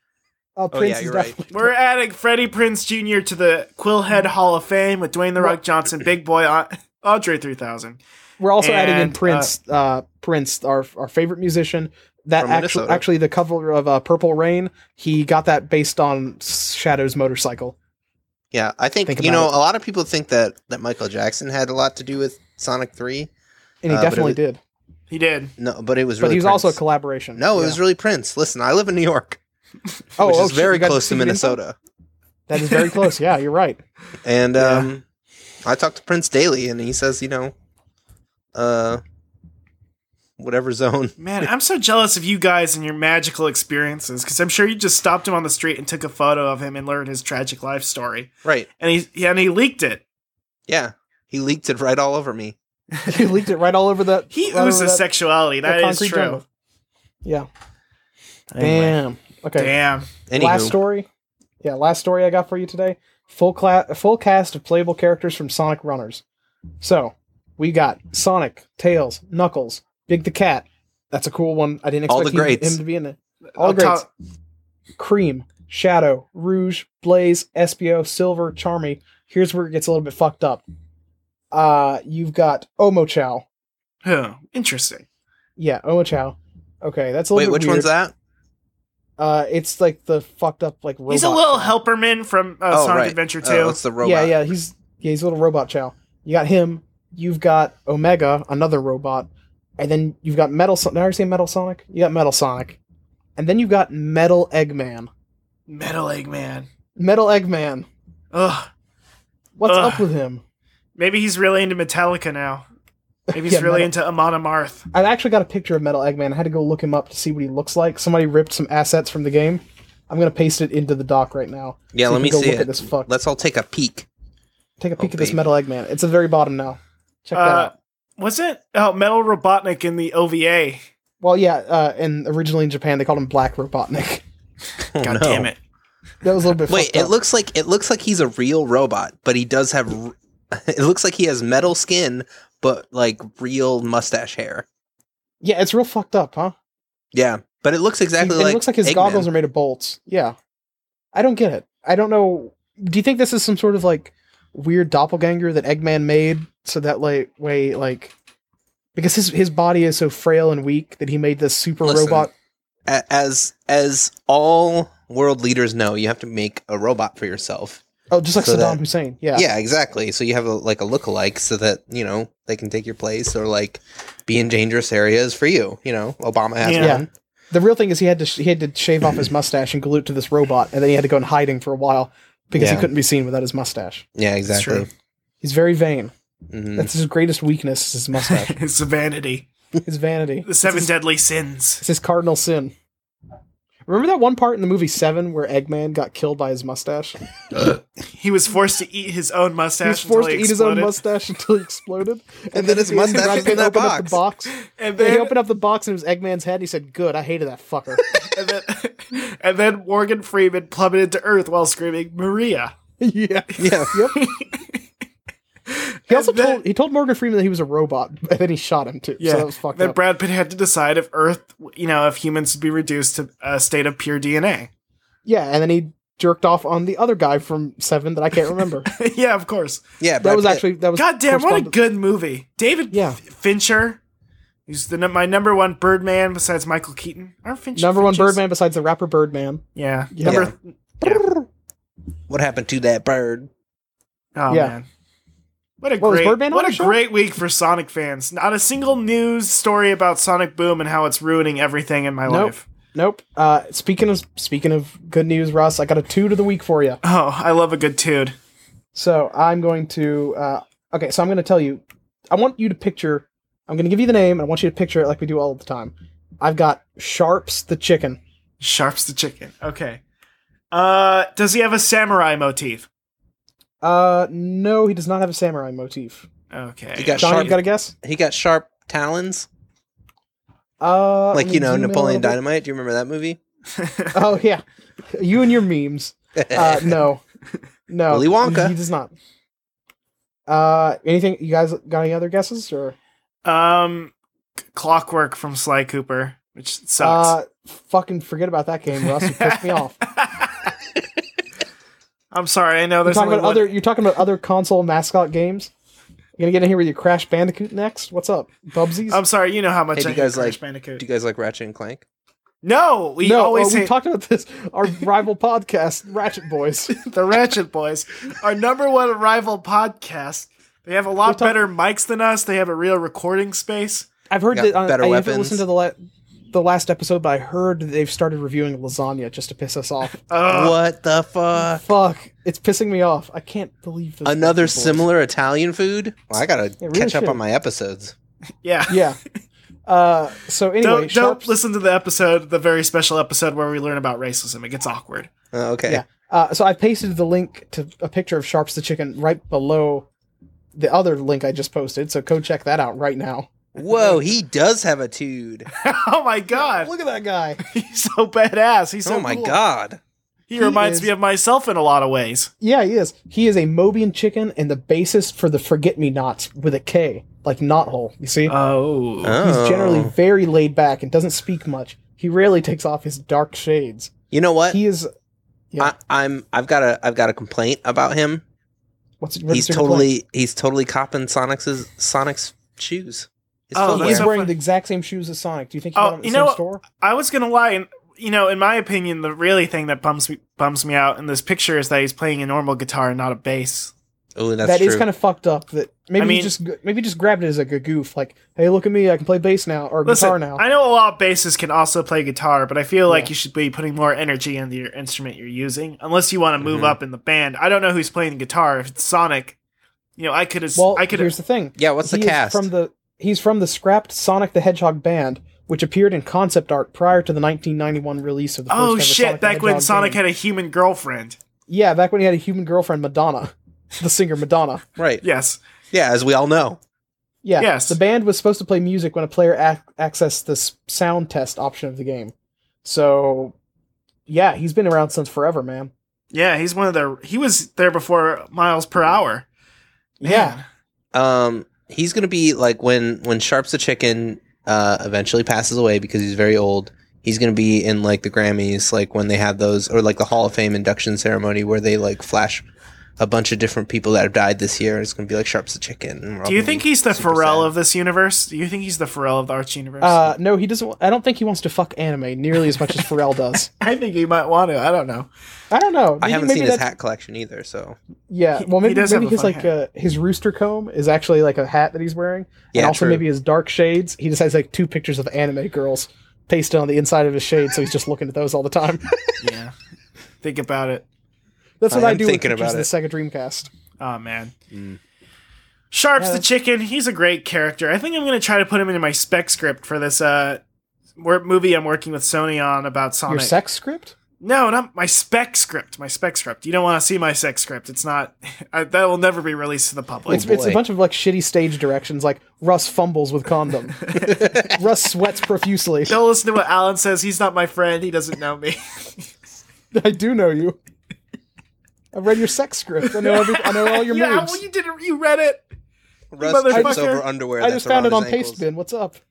Speaker 1: oh,
Speaker 3: Oh,
Speaker 1: Prince
Speaker 3: yeah,
Speaker 1: is
Speaker 3: you're right.
Speaker 1: definitely.
Speaker 2: We're adding Freddie Prince Jr. to the Quillhead Hall of Fame with Dwayne the Rock Johnson, Big Boy, Au- Andre 3000.
Speaker 1: We're also adding in
Speaker 2: And,
Speaker 1: Prince, uh, Prince, our our favorite musician. That
Speaker 3: From
Speaker 1: actually,
Speaker 3: Minnesota.
Speaker 1: actually, the cover of uh, Purple Rain, he got that based on Shadow's motorcycle.
Speaker 3: <laughs> Yeah, I think,
Speaker 1: Think
Speaker 3: you
Speaker 1: about
Speaker 3: know a lot of people think that that Michael Jackson had a lot to do with Sonic Three.
Speaker 1: And he
Speaker 3: Uh, but it
Speaker 1: definitely
Speaker 3: was-
Speaker 1: did.
Speaker 2: He did.
Speaker 3: No, but it was
Speaker 1: but
Speaker 3: really
Speaker 1: he was
Speaker 3: Prince.
Speaker 1: also a collaboration.
Speaker 3: No, it
Speaker 1: Yeah.
Speaker 3: was really Prince. Listen, I live in New York,
Speaker 1: oh,
Speaker 3: which
Speaker 1: oh,
Speaker 3: is
Speaker 1: shit,
Speaker 3: very
Speaker 1: you got
Speaker 3: close to
Speaker 1: Stevie Nicks?
Speaker 3: Minnesota.
Speaker 1: That is very close. Yeah, you're
Speaker 3: <laughs>
Speaker 1: right.
Speaker 3: And
Speaker 2: Yeah.
Speaker 3: um, I talk to Prince daily, and he says, you know, uh, whatever zone. <laughs>
Speaker 2: Man, I'm so jealous of you guys and your magical experiences because I'm sure you just stopped him on the street and took a photo of him and learned his tragic life story.
Speaker 3: Right.
Speaker 2: And he yeah, and he leaked it.
Speaker 3: Yeah. He leaked it right all over me.
Speaker 1: You leaked it right all over that.
Speaker 2: He
Speaker 1: right over
Speaker 2: oozes
Speaker 1: that-
Speaker 2: sexuality.
Speaker 1: that
Speaker 2: That is
Speaker 1: concrete
Speaker 2: true.
Speaker 1: jungle. Yeah.
Speaker 2: Anyway.
Speaker 1: Damn. Okay.
Speaker 2: Damn.
Speaker 3: Anywho,
Speaker 1: Last story. Yeah, last story I got for you today. Full cla- full cast of playable characters from Sonic Runners. So we got Sonic, Tails, Knuckles, Big the Cat. That's a cool one. I didn't
Speaker 3: All
Speaker 1: expect
Speaker 3: the
Speaker 1: him-
Speaker 3: greats.
Speaker 1: him to be in it. All
Speaker 2: I'll
Speaker 1: greats.
Speaker 2: talk-
Speaker 1: Cream, Shadow, Rouge, Blaze, Espio, Silver, Charmy. Here's where it gets a little bit fucked up. Uh, you've got Omochow.
Speaker 2: Huh, interesting.
Speaker 1: Yeah, Omochow. Okay, that's a
Speaker 3: wait,
Speaker 1: little
Speaker 3: which
Speaker 1: bit weird.
Speaker 3: one's that?
Speaker 1: Uh, it's like the fucked up like robot.
Speaker 2: He's a little
Speaker 1: Chow.
Speaker 2: helperman from uh,
Speaker 3: Oh,
Speaker 2: Sonic
Speaker 3: right.
Speaker 2: Adventure 2.
Speaker 3: Oh, it's the robot.
Speaker 1: Yeah, yeah, he's yeah, he's a little robot chow. You got him. You've got Omega, another robot, and then you've got Metal. Son- Did I already say Metal Sonic? You got Metal Sonic, and then you've got Metal Eggman.
Speaker 2: Metal Eggman.
Speaker 1: Metal Eggman.
Speaker 2: Ugh.
Speaker 1: What's
Speaker 2: Ugh.
Speaker 1: up with him?
Speaker 2: Maybe he's really into Metallica now. Maybe he's
Speaker 1: Yeah,
Speaker 2: really
Speaker 1: Metal-
Speaker 2: into Amana Marth.
Speaker 1: I've actually got a picture of Metal Eggman. I had to go look him up to see what he looks like. Somebody ripped some assets from the game. I'm gonna paste it into the doc right now.
Speaker 3: Yeah,
Speaker 1: So
Speaker 3: let
Speaker 1: you
Speaker 3: me
Speaker 1: can go
Speaker 3: see
Speaker 1: look
Speaker 3: it.
Speaker 1: at this fuck.
Speaker 3: Let's all take a peek.
Speaker 1: Take a peek
Speaker 3: Oh,
Speaker 1: at this
Speaker 3: baby.
Speaker 1: Metal Eggman. It's at the very bottom now. Check that
Speaker 2: Uh,
Speaker 1: out.
Speaker 2: was it? Oh, Metal Robotnik in the OVA.
Speaker 1: Well, yeah, uh, and originally in Japan they called him Black Robotnik. <laughs>
Speaker 3: Oh,
Speaker 2: God
Speaker 3: no.
Speaker 2: damn it.
Speaker 1: That was a little bit.
Speaker 3: Wait,
Speaker 1: fucked
Speaker 3: it
Speaker 1: up.
Speaker 3: looks like it looks like he's a real robot, but he does have. r- <laughs> It looks like he has metal skin, but like real mustache hair.
Speaker 1: Yeah, it's real fucked up, huh?
Speaker 3: Yeah, but it looks exactly
Speaker 1: And
Speaker 3: like.
Speaker 1: it looks like his
Speaker 3: Eggman.
Speaker 1: goggles are made of bolts. Yeah. I don't get it. I don't know. Do you think this is some sort of like weird doppelganger that Eggman made so that like way like because his his body is so frail and weak that he made this super
Speaker 3: Listen.
Speaker 1: robot.
Speaker 3: A- as as all world leaders know, you have to make a robot for yourself.
Speaker 1: Oh, just like
Speaker 3: So
Speaker 1: Saddam
Speaker 3: that-
Speaker 1: Hussein. Yeah.
Speaker 3: Yeah, exactly. So you have a, like a lookalike, so that you know they can take your place or like be in dangerous areas for you. You know, Obama has
Speaker 2: Yeah.
Speaker 3: one.
Speaker 1: The real thing is he had to sh- he had to shave off
Speaker 3: <clears throat>
Speaker 1: his mustache and glue it to this robot, and then he had to go in hiding for a while because
Speaker 3: Yeah.
Speaker 1: he couldn't be seen without his mustache.
Speaker 3: Yeah, exactly.
Speaker 2: true.
Speaker 1: He's very vain.
Speaker 3: Mhm.
Speaker 1: That's his greatest weakness: is his mustache,
Speaker 3: <laughs>
Speaker 2: it's the vanity.
Speaker 1: his vanity,
Speaker 2: The seven
Speaker 1: It's his-
Speaker 2: deadly sins.
Speaker 1: It's his cardinal sin. Remember that one part in the movie Seven where Eggman got killed by his
Speaker 2: <laughs>
Speaker 1: mustache?
Speaker 2: He was forced to eat his
Speaker 1: He
Speaker 2: own
Speaker 1: was
Speaker 2: mustache.
Speaker 1: forced to
Speaker 2: until
Speaker 1: eat his own
Speaker 2: exploded.
Speaker 1: mustache until he
Speaker 3: <laughs>
Speaker 1: exploded. And,
Speaker 3: then his
Speaker 1: <laughs> he- Brad
Speaker 3: mustache was in
Speaker 1: Pitt
Speaker 3: that
Speaker 1: opened up the
Speaker 2: <laughs>
Speaker 1: box.
Speaker 2: And
Speaker 1: Yeah, he
Speaker 2: then,
Speaker 1: opened up the box and it was Eggman's head. And he said, "Good, I hated that fucker."
Speaker 2: and then, and then <laughs> Morgan Freeman plummeted to Earth while screaming Maria.
Speaker 1: <laughs> yeah.
Speaker 3: <laughs> Yeah,
Speaker 2: <laughs>
Speaker 1: Yep. He also
Speaker 2: And then-
Speaker 1: told he told Morgan Freeman that he was a robot, <laughs> and then he shot him too. so that was fucked
Speaker 2: then
Speaker 1: up.
Speaker 2: Brad Pitt had to decide if Earth, you know, if humans would be reduced to a state of pure DNA.
Speaker 1: yeah, and then he jerked off on the other guy from Seven that I can't
Speaker 3: <laughs>
Speaker 1: remember.
Speaker 2: <laughs> yeah, of course.
Speaker 3: yeah.
Speaker 1: that
Speaker 3: Brad
Speaker 1: was
Speaker 3: Pitt.
Speaker 1: actually that was
Speaker 2: God damn, what a
Speaker 1: correspondent-
Speaker 2: good movie. David
Speaker 1: Yeah.
Speaker 2: F- Fincher, who's the, num- my number one Birdman besides Michael Keaton. Our Fincher,
Speaker 1: number one
Speaker 2: Finchers-
Speaker 1: Birdman besides the rapper Birdman.
Speaker 2: Yeah.
Speaker 1: Yeah.
Speaker 2: Number,
Speaker 3: <sniffs> What happened to that bird?
Speaker 2: Oh
Speaker 1: Yeah.
Speaker 2: man. What a
Speaker 1: Well, is
Speaker 2: great
Speaker 1: Birdman on
Speaker 2: what
Speaker 1: the
Speaker 2: a
Speaker 1: show?
Speaker 2: great week for Sonic fans. Not a single news story about Sonic Boom and how it's ruining everything in my
Speaker 1: Nope.
Speaker 2: life.
Speaker 1: Nope. Uh, speaking of speaking of good news, Russ, I got a two to the week for you.
Speaker 2: Oh, I love a good tood.
Speaker 1: So I'm going to. Uh, okay, so I'm going to tell you. I want you to picture. I'm going to give you the name, and I want you to picture it like we do all the time. I've got Sharps the chicken.
Speaker 2: Sharps the chicken. Okay. Uh does he have a samurai motif?
Speaker 1: Uh, no, he does not have a samurai motif.
Speaker 2: Okay.
Speaker 3: You got
Speaker 1: John,
Speaker 3: Sharp-
Speaker 1: you've got a guess?
Speaker 3: He got sharp talons,
Speaker 1: Uh, let
Speaker 3: like
Speaker 1: me
Speaker 3: you know
Speaker 1: zoom in a
Speaker 3: Napoleon
Speaker 1: little bit.
Speaker 3: Dynamite. Do you remember that movie?
Speaker 1: Oh yeah, you and your memes.
Speaker 3: <laughs>
Speaker 1: Uh, no, no.
Speaker 3: Willy Wonka.
Speaker 1: He does not. Uh, anything? You guys got any other guesses or?
Speaker 2: um c- clockwork from Sly Cooper, which sucks.
Speaker 1: Uh, fucking forget about that game, Russ. You pissed me
Speaker 2: <laughs>
Speaker 1: off.
Speaker 2: I'm sorry, I know
Speaker 1: You're
Speaker 2: there's
Speaker 1: talking
Speaker 2: only
Speaker 1: about
Speaker 2: one-
Speaker 1: other. You're talking about other console mascot games. You gonna get in here with your Crash Bandicoot next? What's up, Bubsies?
Speaker 2: I'm sorry, you know how much
Speaker 3: Hey, do
Speaker 2: I
Speaker 3: you
Speaker 2: hate
Speaker 3: guys
Speaker 2: Crash
Speaker 3: like-
Speaker 2: Bandicoot.
Speaker 3: Do you guys like Ratchet and Clank?
Speaker 2: no, we
Speaker 1: no,
Speaker 2: always
Speaker 1: uh, we
Speaker 2: hate
Speaker 1: talked about this. Our rival podcast, Ratchet
Speaker 2: <laughs>
Speaker 1: Boys.
Speaker 2: the Ratchet Boys, our number one rival podcast. They have a lot
Speaker 1: We're talk-
Speaker 2: better mics than us. They have a real recording space.
Speaker 1: I've heard
Speaker 3: Got
Speaker 1: that uh,
Speaker 3: better
Speaker 1: I haven't
Speaker 3: weapons.
Speaker 1: listened to the la- the last episode, but I heard they've started reviewing lasagna just to piss us off.
Speaker 2: Ugh.
Speaker 3: what the fuck?
Speaker 1: Fuck, it's pissing me off. I can't believe this.
Speaker 3: Another similar Italian food? Well, I gotta
Speaker 1: really
Speaker 3: catch up
Speaker 1: should.
Speaker 3: on my episodes.
Speaker 2: Yeah.
Speaker 1: Yeah. Uh, so anyway,
Speaker 2: don't don't
Speaker 1: Sharps-
Speaker 2: listen to the episode, the very special episode where we learn about racism. It gets awkward. <laughs>
Speaker 3: Oh, okay.
Speaker 1: Yeah. Uh, so I pasted the link to a picture of Sharps the chicken right below the other link I just posted. So go check that out right now.
Speaker 3: Whoa, he does have
Speaker 1: <laughs>
Speaker 3: a tude.
Speaker 2: oh my god,
Speaker 1: Look at that guy.
Speaker 2: he's so badass. He's so
Speaker 3: oh my
Speaker 2: cool.
Speaker 3: god.
Speaker 2: He,
Speaker 1: He
Speaker 2: reminds
Speaker 1: is-
Speaker 2: me of myself in a lot of ways.
Speaker 1: Yeah, he is. He is a Mobian chicken and the basis for the forget me nots with a K, like knot hole. You see,
Speaker 2: Oh,
Speaker 1: he's
Speaker 3: Oh.
Speaker 1: generally very laid back and doesn't speak much. He rarely takes off his dark shades.
Speaker 3: You know what?
Speaker 1: He is yeah.
Speaker 3: I, I'm I've got a I've got a complaint about him.
Speaker 1: what's
Speaker 3: he's
Speaker 1: what's your
Speaker 3: totally
Speaker 1: complaint?
Speaker 3: he's totally copping Sonic's Sonic's shoes. His
Speaker 2: Oh,
Speaker 3: footwear.
Speaker 1: He's
Speaker 2: that's so
Speaker 1: wearing
Speaker 2: funny.
Speaker 1: the exact same shoes as Sonic. Do you think he
Speaker 2: Oh,
Speaker 1: got them at the
Speaker 2: you
Speaker 1: same
Speaker 2: know-
Speaker 1: store?
Speaker 2: I was gonna lie, and you know, in my opinion, the really thing that bums me bums me out in this picture is that he's playing a normal guitar and not a bass.
Speaker 3: oh, that's
Speaker 1: That's
Speaker 3: true.
Speaker 1: kind of fucked up. That maybe
Speaker 2: I
Speaker 1: he
Speaker 2: mean-
Speaker 1: just maybe he just grabbed it as like a goof. Like, hey, look at me, I can play bass now or
Speaker 2: Listen,
Speaker 1: guitar now.
Speaker 2: I know a lot of bassists can also play guitar, but I feel like
Speaker 1: Yeah.
Speaker 2: you should be putting more energy into your instrument you're using, unless you want to move
Speaker 1: Mm-hmm.
Speaker 3: Mhm.
Speaker 2: up in the band. I don't know who's playing the guitar. If it's Sonic, you know, I could have.
Speaker 1: well,
Speaker 2: I could
Speaker 1: here's
Speaker 2: have.
Speaker 1: the thing.
Speaker 3: yeah, what's the
Speaker 1: He is
Speaker 3: cast?
Speaker 1: from the he's from the scrapped Sonic the Hedgehog band, which appeared in concept art prior to the 1991 release of the first
Speaker 2: Oh
Speaker 1: ever
Speaker 2: shit!
Speaker 1: Sonic the
Speaker 2: Back when
Speaker 1: Hedgehog
Speaker 2: Sonic
Speaker 1: game.
Speaker 2: had a human girlfriend.
Speaker 1: yeah, back when he had a human girlfriend, Madonna, <laughs> the singer Madonna.
Speaker 3: right.
Speaker 2: Yes.
Speaker 3: Yeah, as we all know.
Speaker 1: Yeah.
Speaker 2: Yes.
Speaker 1: The band was supposed to play music when a player ac- accessed this sound test option of the game. So, yeah, he's been around since forever, man.
Speaker 2: Yeah, he's one of their. He was there before miles per hour. Man.
Speaker 1: Yeah.
Speaker 3: Um he's gonna be like when when Sharps the Chicken uh eventually passes away because he's very old. He's gonna be in like the Grammys, like when they have those or like the Hall of Fame induction ceremony where they like flash a bunch of different people that have died this year. It's gonna be like Sharps the Chicken. and
Speaker 2: Do you
Speaker 3: Robin
Speaker 2: think he's the
Speaker 3: Super
Speaker 2: Pharrell
Speaker 3: sad.
Speaker 2: of this universe? Do you think he's the Pharrell of the Arch universe?
Speaker 1: Uh, no, he doesn't. wa- I don't think he wants to fuck anime nearly as much as Pharrell
Speaker 3: <laughs>
Speaker 1: does.
Speaker 2: I think he might want to. I don't know.
Speaker 1: I don't know.
Speaker 3: I
Speaker 1: Maybe-
Speaker 3: haven't
Speaker 1: maybe
Speaker 3: seen his
Speaker 1: that's-
Speaker 3: hat collection either, so
Speaker 1: Yeah,
Speaker 2: He-
Speaker 1: well,
Speaker 2: he
Speaker 1: maybe,
Speaker 2: does
Speaker 1: maybe
Speaker 2: have a
Speaker 1: his
Speaker 2: fun
Speaker 1: like uh, his rooster comb is actually like a hat that he's wearing,
Speaker 3: yeah,
Speaker 1: and also
Speaker 3: true.
Speaker 1: maybe his dark shades. He just has like two pictures of anime girls pasted on the inside of his shade, so he's just looking at those all the time. <laughs>
Speaker 2: Yeah. Think about it.
Speaker 1: That's what
Speaker 3: I
Speaker 1: I,
Speaker 3: am
Speaker 1: do. with
Speaker 3: thinking
Speaker 1: pictures
Speaker 3: about
Speaker 1: of the Sega Dreamcast.
Speaker 2: Oh man.
Speaker 3: Mm.
Speaker 1: Yeah,
Speaker 2: Sharp's the
Speaker 1: that's-
Speaker 2: chicken. He's a great character. I think I'm gonna try to put him into my spec script for this uh wor- movie I'm working with Sony on about Sonic.
Speaker 1: Your sex script?
Speaker 2: no, not my spec script. My spec script. You don't want to see my sex script. It's not. <laughs> I, that will never be released to the public.
Speaker 1: it's it's a
Speaker 3: Oh, boy.
Speaker 1: bunch of like shitty stage directions, like Russ fumbles with condom,
Speaker 3: <laughs>
Speaker 1: <laughs> Russ sweats profusely.
Speaker 2: Don't listen to what Alan says. He's not my friend. He doesn't know me.
Speaker 1: <laughs> I do know you. I read your sex script. I know every, I know all your
Speaker 2: <laughs> yeah,
Speaker 1: moves.
Speaker 2: well, you didn't. You read it.
Speaker 3: Russ trips
Speaker 2: motherfucker.
Speaker 3: over underwear.
Speaker 1: I
Speaker 3: that's
Speaker 1: just found it
Speaker 3: around
Speaker 1: on
Speaker 3: his ankles.
Speaker 1: Pastebin. What's up? <laughs>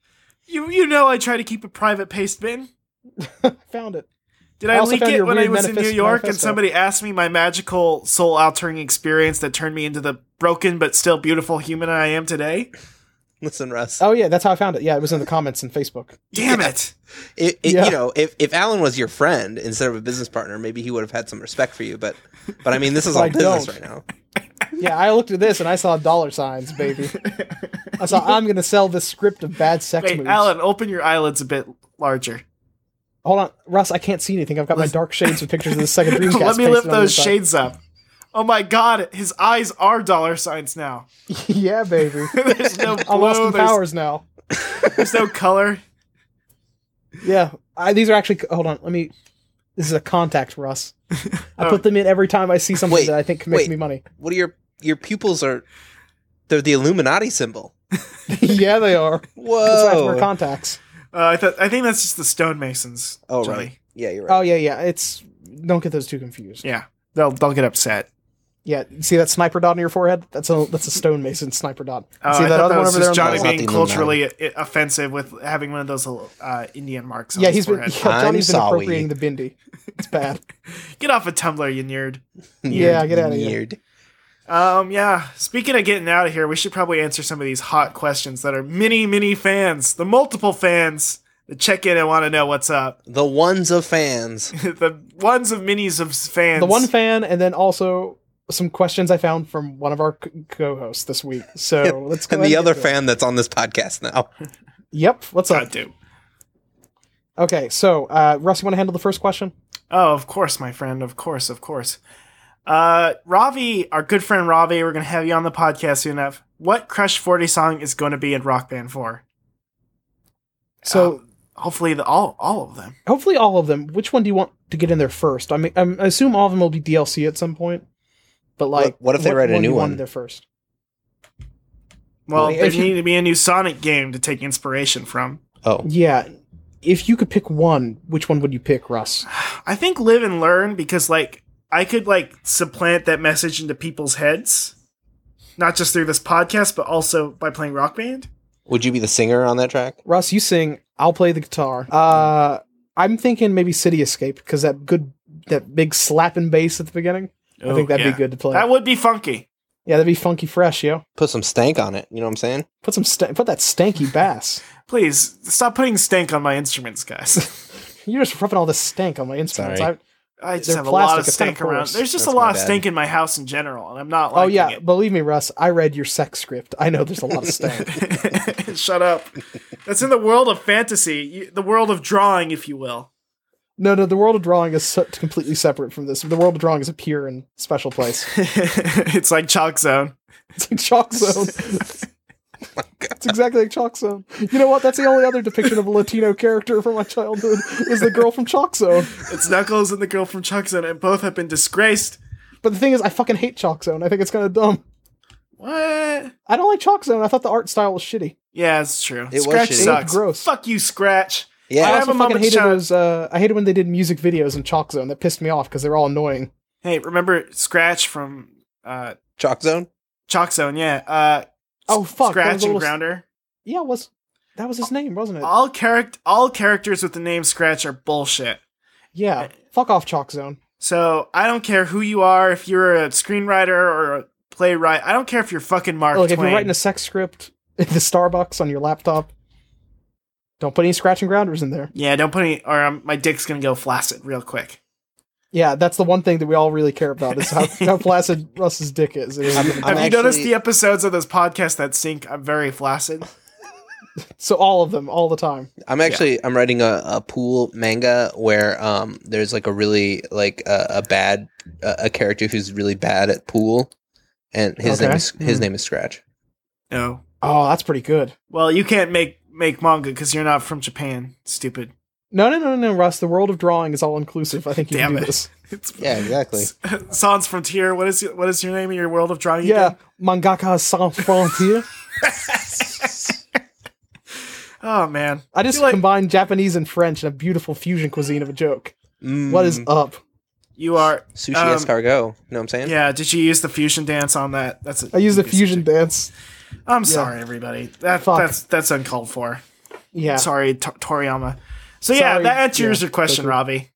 Speaker 2: You you know I try to keep a private paste bin.
Speaker 1: Found it.
Speaker 2: Did
Speaker 1: I
Speaker 2: I,
Speaker 1: also
Speaker 2: leak
Speaker 1: found
Speaker 2: it
Speaker 1: your
Speaker 2: when I
Speaker 1: weird
Speaker 2: was in
Speaker 1: manifest-
Speaker 2: New York and
Speaker 1: manifesto.
Speaker 2: somebody asked me my magical soul altering experience that turned me into the broken but still beautiful human I am today?
Speaker 3: <laughs> Listen, Russ.
Speaker 1: Oh yeah, that's how I found it. Yeah, it was in the comments in Facebook.
Speaker 2: Damn it.
Speaker 3: It, it,
Speaker 1: Yeah.
Speaker 3: You know, if, if Alan was your friend instead of a business partner, maybe he would have had some respect for you. But but I mean, this is
Speaker 1: But <laughs>
Speaker 3: all
Speaker 1: I
Speaker 3: business
Speaker 1: don't.
Speaker 3: right now.
Speaker 1: Yeah, I looked at this and I saw dollar signs, baby. I saw I'm gonna sell this script of bad sex
Speaker 2: Wait,
Speaker 1: moves.
Speaker 2: Alan, open your eyelids a bit larger.
Speaker 1: Hold on, Russ. I can't see anything. I've got my dark shades with pictures of the second Dreamcast.
Speaker 2: <laughs> Let me
Speaker 1: pasted
Speaker 2: lift
Speaker 1: on the
Speaker 2: those
Speaker 1: side.
Speaker 2: shades up. Oh my god, his eyes are dollar signs now. <laughs>
Speaker 1: <laughs> yeah, baby.
Speaker 2: there's no
Speaker 1: <laughs> I'm
Speaker 2: blue,
Speaker 1: Austin
Speaker 2: there's,
Speaker 1: Powers now.
Speaker 2: there's no color.
Speaker 1: Yeah, I, these are actually. Hold on, let me. This is a contact, Russ. I
Speaker 2: <laughs> Oh.
Speaker 1: put them in every time I see something
Speaker 3: Wait,
Speaker 1: that I think can make
Speaker 3: wait.
Speaker 1: me money.
Speaker 3: What are your your pupils are? They're the Illuminati symbol.
Speaker 1: <laughs> yeah, they are. That's why I have
Speaker 2: Oh.
Speaker 1: to wear
Speaker 3: Whoa.
Speaker 1: contacts.
Speaker 2: Uh, I, th- I think that's just the stonemasons.
Speaker 3: Oh
Speaker 2: Johnny.
Speaker 3: right. Yeah, you're right.
Speaker 1: Oh yeah, yeah. It's don't get those two confused.
Speaker 2: Yeah. They'll, they'll get upset.
Speaker 1: Yeah, see that sniper dot on your forehead? That's a that's a stonemason sniper dot.
Speaker 2: Oh,
Speaker 1: see
Speaker 2: I thought that was just
Speaker 1: on
Speaker 2: Johnny
Speaker 1: the
Speaker 3: Not
Speaker 2: being
Speaker 3: the
Speaker 2: culturally i- offensive with having one of those little uh, Indian marks. On
Speaker 1: Yeah,
Speaker 2: his
Speaker 1: he's been
Speaker 2: forehead.
Speaker 1: yeah, Johnny's been
Speaker 3: I'm sorry.
Speaker 1: appropriating the bindi. It's bad.
Speaker 2: Get off a Tumblr, you nerd.
Speaker 1: yeah, get outta here.
Speaker 3: Weird.
Speaker 2: Um, yeah. Speaking of getting out of here, we should probably answer some of these hot questions that are many, many fans, the multiple fans that check in and want to know what's up. <laughs>
Speaker 3: The ones
Speaker 1: <laughs>
Speaker 3: of fans.
Speaker 2: the ones of minis of s- fans.
Speaker 1: the one fan, and then also some questions I found from
Speaker 2: <laughs>
Speaker 1: one of our c- co-hosts this week. So let's go
Speaker 3: And
Speaker 1: ahead
Speaker 3: the
Speaker 1: and
Speaker 3: other
Speaker 1: get to it.
Speaker 3: fan that's on this podcast now.
Speaker 1: Yep. What's
Speaker 2: God
Speaker 1: up?
Speaker 2: damn.
Speaker 1: Okay, so uh, Russ, you want to handle the first question?
Speaker 2: Oh, of course, my friend. Of course, of course. Uh, Ravi, our good friend Ravi, we're gonna have you on the podcast soon enough. What Crush Forty song is going to be in Rock Band Four? Uh,
Speaker 1: So
Speaker 2: Um, Hopefully, the, all all of them.
Speaker 1: hopefully all of them. Which one do you want to get in there first? I mean, I'm, I assume all of them will be DLC at some point. But like,
Speaker 3: What- what if they write a
Speaker 1: do
Speaker 3: new
Speaker 1: you want
Speaker 3: one?
Speaker 1: in there first? Well,
Speaker 2: Well, there
Speaker 1: if you-
Speaker 2: need to be a new Sonic game to take inspiration from.
Speaker 3: <laughs> Oh,
Speaker 1: Yeah, if you could pick one, which one would you pick, Russ?
Speaker 2: I think live and learn because like I could like supplant that message into people's heads, not just through this podcast, but also by playing Rock Band.
Speaker 3: would you be the singer on that track?
Speaker 1: Russ, you sing. I'll play the guitar. Uh, I'm thinking maybe City Escape because that good, that big slapping bass at the beginning. I think that'd be good to play.
Speaker 2: That would be funky.
Speaker 1: yeah, that'd be funky fresh, yo.
Speaker 3: Put some stank on it. You know what I'm saying?
Speaker 1: Put some st- put that stanky bass.
Speaker 2: Please stop putting stank on my instruments, guys. <laughs>
Speaker 1: You're just rubbing all this stank on my instruments.
Speaker 3: Sorry.
Speaker 1: I,
Speaker 2: I just
Speaker 1: They're
Speaker 2: have a lot
Speaker 1: plastic,
Speaker 2: of
Speaker 1: it's kinda
Speaker 2: stink around.
Speaker 1: porous.
Speaker 2: There's just
Speaker 3: That's
Speaker 2: a lot
Speaker 3: my
Speaker 2: of
Speaker 3: bad.
Speaker 2: stink in my house in general, and I'm not
Speaker 1: oh
Speaker 2: liking
Speaker 1: yeah, believe me, Russ. I read your sex script. I know there's a lot of stank.
Speaker 2: it. <laughs> Shut
Speaker 1: <laughs>
Speaker 2: up. That's in the world of fantasy, you- the world of drawing, if you will.
Speaker 1: No, no, the world of drawing is so- completely separate from this. The world of drawing is a pure and special place. <laughs>
Speaker 2: <laughs> it's like Chalk Zone.
Speaker 1: It's like
Speaker 2: <laughs>
Speaker 1: Chalk Zone.
Speaker 2: Oh
Speaker 1: It's exactly like Chalk Zone. You know what? That's the only other depiction of a Latino character from my childhood is the girl from Chalk Zone.
Speaker 2: It's Knuckles and the girl from Chalk Zone, and both have been disgraced.
Speaker 1: But the thing is, I fucking hate Chalk Zone. I think it's kind of dumb.
Speaker 2: What?
Speaker 1: I don't like Chalk Zone. I thought the art style was shitty.
Speaker 2: Yeah, it's true.
Speaker 3: was
Speaker 2: Scratch
Speaker 3: shitty.
Speaker 2: sucks.
Speaker 1: It looked gross.
Speaker 2: Fuck you, Scratch.
Speaker 3: Yeah.
Speaker 2: I
Speaker 1: I
Speaker 2: have
Speaker 1: also
Speaker 2: a
Speaker 1: fucking
Speaker 2: moment's
Speaker 1: hated
Speaker 2: shine.
Speaker 1: those. Uh, I hated when they did music videos in Chalk Zone. That pissed me off because they were all annoying.
Speaker 2: Hey, remember Scratch from uh,
Speaker 3: Chalk Zone.
Speaker 2: Chalk Zone? Yeah. Uh,
Speaker 1: Oh fuck! that was
Speaker 2: Scratch
Speaker 1: a
Speaker 2: and
Speaker 1: little-
Speaker 2: Grounder.
Speaker 1: Yeah, it was that was his name, wasn't it?
Speaker 2: All character, all characters with the name Scratch are bullshit.
Speaker 1: Yeah. Fuck off, Chalk Zone.
Speaker 2: So I don't care who you are, if you're a screenwriter or a playwright. I don't care if you're fucking Mark
Speaker 1: Look, if
Speaker 2: Twain.
Speaker 1: you're writing a sex script <laughs> at the Starbucks on your laptop, don't put any scratch and grounders in there.
Speaker 2: yeah, don't put any. Or um, my dick's gonna go flaccid real quick.
Speaker 1: Yeah, that's the one thing that we all really care about is
Speaker 2: <laughs>
Speaker 1: how, how flaccid Russ's dick is. It is-
Speaker 3: I'm- I'm
Speaker 2: Have you noticed
Speaker 3: actually-
Speaker 2: the episodes of this podcast that sink? I'm very flaccid.
Speaker 1: <laughs> so all of them, all the time.
Speaker 3: I'm actually I'm writing a, a pool manga where um there's like a really like a, a bad a, a character who's really bad at pool, and his
Speaker 1: Okay.
Speaker 3: name is his
Speaker 1: Hmm.
Speaker 3: name is Scratch.
Speaker 2: No.
Speaker 1: Oh, that's pretty good.
Speaker 2: Well, you can't make make manga because you're not from Japan. Stupid.
Speaker 1: No, no, no, no, no, Russ. The world of drawing is all inclusive. I think you
Speaker 2: Damn
Speaker 1: can do
Speaker 2: it.
Speaker 1: this.
Speaker 2: It's
Speaker 3: Yeah, exactly.
Speaker 2: <laughs> Sans Frontier. What is your- what is your name in your world of drawing?
Speaker 1: Yeah,
Speaker 2: again?
Speaker 1: mangaka sans frontier.
Speaker 2: Oh man.
Speaker 1: I
Speaker 2: <laughs>
Speaker 1: just
Speaker 2: like-
Speaker 1: combined Japanese and French in a beautiful fusion cuisine of a joke. What
Speaker 2: Hmm.
Speaker 1: is up?
Speaker 2: You are.
Speaker 3: sushi
Speaker 2: um,
Speaker 3: escargot? You know what I'm saying?
Speaker 2: Yeah. Did you use the fusion dance on that? That's. a-
Speaker 1: I used a fusion dance.
Speaker 2: I'm sorry, everybody. That
Speaker 1: Fuck.
Speaker 2: that's that's uncalled for.
Speaker 1: Yeah,
Speaker 2: Sorry, T- Toriyama. So yeah,
Speaker 1: Sorry.
Speaker 2: that answers
Speaker 1: Yeah,
Speaker 2: your question,
Speaker 1: that's-
Speaker 2: Robbie.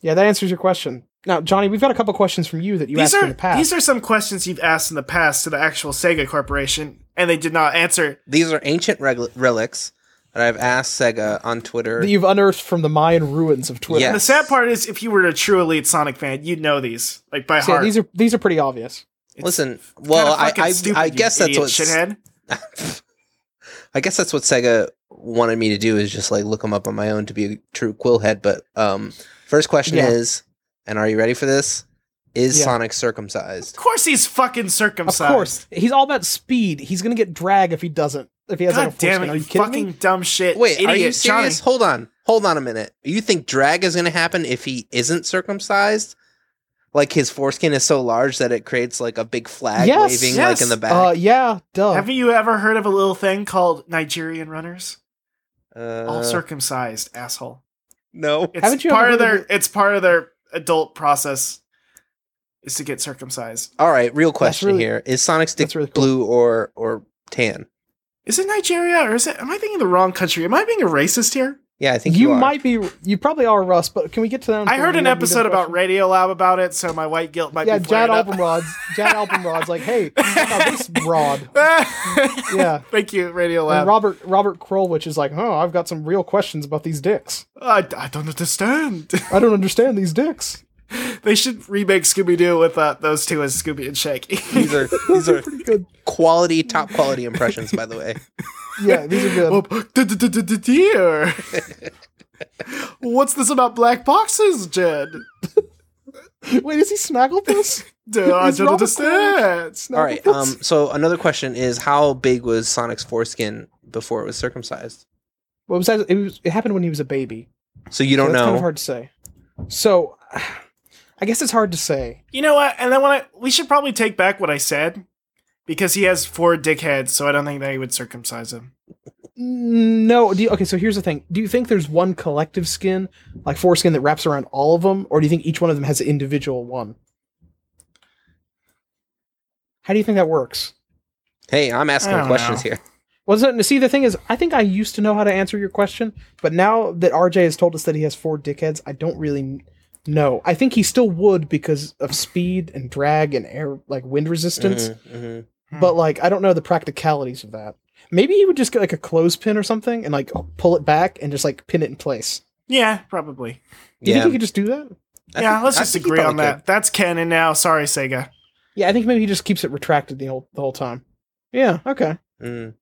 Speaker 1: yeah. That answers your question. Now, Johnny, we've got a couple questions from you that you
Speaker 2: These
Speaker 1: asked in
Speaker 2: are
Speaker 1: the past.
Speaker 2: these are some questions you've asked in the past to the actual Sega Corporation, and they did not answer.
Speaker 3: These are ancient reg- relics that I've asked Sega on Twitter.
Speaker 1: that you've unearthed from the Mayan ruins of Twitter.
Speaker 3: Yeah.
Speaker 2: And the
Speaker 3: Yes.
Speaker 2: sad part is, if you were a true Elite Sonic fan, you'd know these like by
Speaker 1: So, yeah,
Speaker 2: heart.
Speaker 1: these are these are pretty obvious.
Speaker 2: It's
Speaker 3: Listen,
Speaker 2: kinda
Speaker 3: well, I
Speaker 2: fucking
Speaker 3: I,
Speaker 2: stupid,
Speaker 3: I
Speaker 2: you
Speaker 3: guess that's
Speaker 2: idiot
Speaker 3: what
Speaker 2: shithead.
Speaker 3: <laughs> I guess that's what Sega wanted me to do is just like look them up on my own to be a true quill head. But um, first question
Speaker 1: Yeah.
Speaker 3: is, and are you ready for this? Is
Speaker 1: Yeah.
Speaker 3: Sonic circumcised?
Speaker 2: Of course, he's fucking
Speaker 1: Of
Speaker 2: circumcised.
Speaker 1: course, he's all about speed. He's gonna get drag if he doesn't. If he has
Speaker 2: God
Speaker 1: like a
Speaker 2: damn
Speaker 1: foreskin.
Speaker 2: it!
Speaker 1: are you kidding
Speaker 2: fucking
Speaker 1: me?
Speaker 2: dumb shit.
Speaker 3: Wait,
Speaker 2: idiot,
Speaker 3: are you
Speaker 2: Johnny.
Speaker 3: serious? Hold on, hold on a minute. You think drag is going to happen if he isn't circumcised? Like his foreskin is so large that it creates like a big flag
Speaker 1: Yes,
Speaker 3: waving
Speaker 2: yes.
Speaker 3: like in the back.
Speaker 1: Uh, yeah, duh.
Speaker 2: Have you ever heard of a little thing called Nigerian runners?
Speaker 3: Uh,
Speaker 2: All circumcised, asshole.
Speaker 3: no.
Speaker 2: It's
Speaker 1: Haven't you ever
Speaker 2: part of
Speaker 1: heard
Speaker 2: their
Speaker 1: of
Speaker 2: it's part of their adult process is to get circumcised.
Speaker 3: All right, real question
Speaker 1: really-
Speaker 3: here: Is Sonic's dick
Speaker 1: that's really cool.
Speaker 3: blue or or tan?
Speaker 2: Is it Nigeria or is it am I thinking the wrong country? Am I being a racist here?
Speaker 3: Yeah, I think
Speaker 1: you
Speaker 3: you, are.
Speaker 1: might be. You probably are, Russ. But can we get to that?
Speaker 2: I heard an episode about
Speaker 1: rape.
Speaker 2: Radio Lab about it, so my white guilt
Speaker 1: E
Speaker 2: might
Speaker 1: Yeah,
Speaker 2: be
Speaker 1: Jad
Speaker 2: flared up.
Speaker 1: Alpenrod's Jad Alpenrod's like, hey, check out this
Speaker 2: <laughs>
Speaker 1: broad. Yeah.
Speaker 2: Thank you, Radio Lab.
Speaker 1: And Robert Robert Krulwich is like, oh, I've got some real questions about these dicks.
Speaker 2: I, I don't understand. <laughs>
Speaker 1: I don't understand these dicks.
Speaker 2: they should remake Scooby Doo with uh, those two as Scooby and Shaggy.
Speaker 3: These are these are
Speaker 1: Pretty good. <laughs>
Speaker 3: quality, top quality impressions. By the way,
Speaker 1: yeah, these are good.
Speaker 2: <laughs> Oh, dear. <laughs> What's this about black boxes, Jed?
Speaker 1: Wait, is he Snagglepuss?
Speaker 2: <laughs> Do I
Speaker 1: He's
Speaker 2: don't
Speaker 1: Robert
Speaker 2: understand.
Speaker 3: All right. Um, so another question is, how big was Sonic's foreskin before it was circumcised?
Speaker 1: Well, besides, it, was, it happened when he was a baby.
Speaker 3: So you don't
Speaker 1: so that's
Speaker 3: know.
Speaker 1: kind of hard to say. So, <sighs> I guess it's hard to say.
Speaker 2: You know what? And then when I we should probably take back what I said because he has four dickheads, so I don't think they would circumcise him.
Speaker 1: No. Do you, okay, so here's the thing. Do you think there's one collective skin, like foreskin, that wraps around all of them, or do you think each one of them has an individual one? How do you think that works?
Speaker 3: hey, I'm
Speaker 2: I
Speaker 3: asking
Speaker 2: don't
Speaker 3: questions
Speaker 2: know.
Speaker 3: here.
Speaker 1: Well, so, see, the thing is, I think I used to know how to answer your question, but now that RJ has told us that he has four dickheads, I don't really kn- know. I think he still would because of speed and drag and air, like wind resistance,
Speaker 3: Mhm, mhm.
Speaker 1: but like I don't know the practicalities of that. Maybe he would just get like a clothespin or something and like pull it back and just like pin it in place.
Speaker 2: Yeah, probably.
Speaker 1: Do you
Speaker 3: Yeah.
Speaker 1: think he could just do that?
Speaker 3: I
Speaker 2: yeah,
Speaker 3: think-
Speaker 2: let's
Speaker 3: I
Speaker 2: just
Speaker 3: think he
Speaker 2: agree on
Speaker 3: probably
Speaker 2: that. That's canon now. Sorry, Sega.
Speaker 1: Yeah, I think maybe he just keeps it retracted the whole the whole time. Yeah. Okay.
Speaker 3: could. Mm.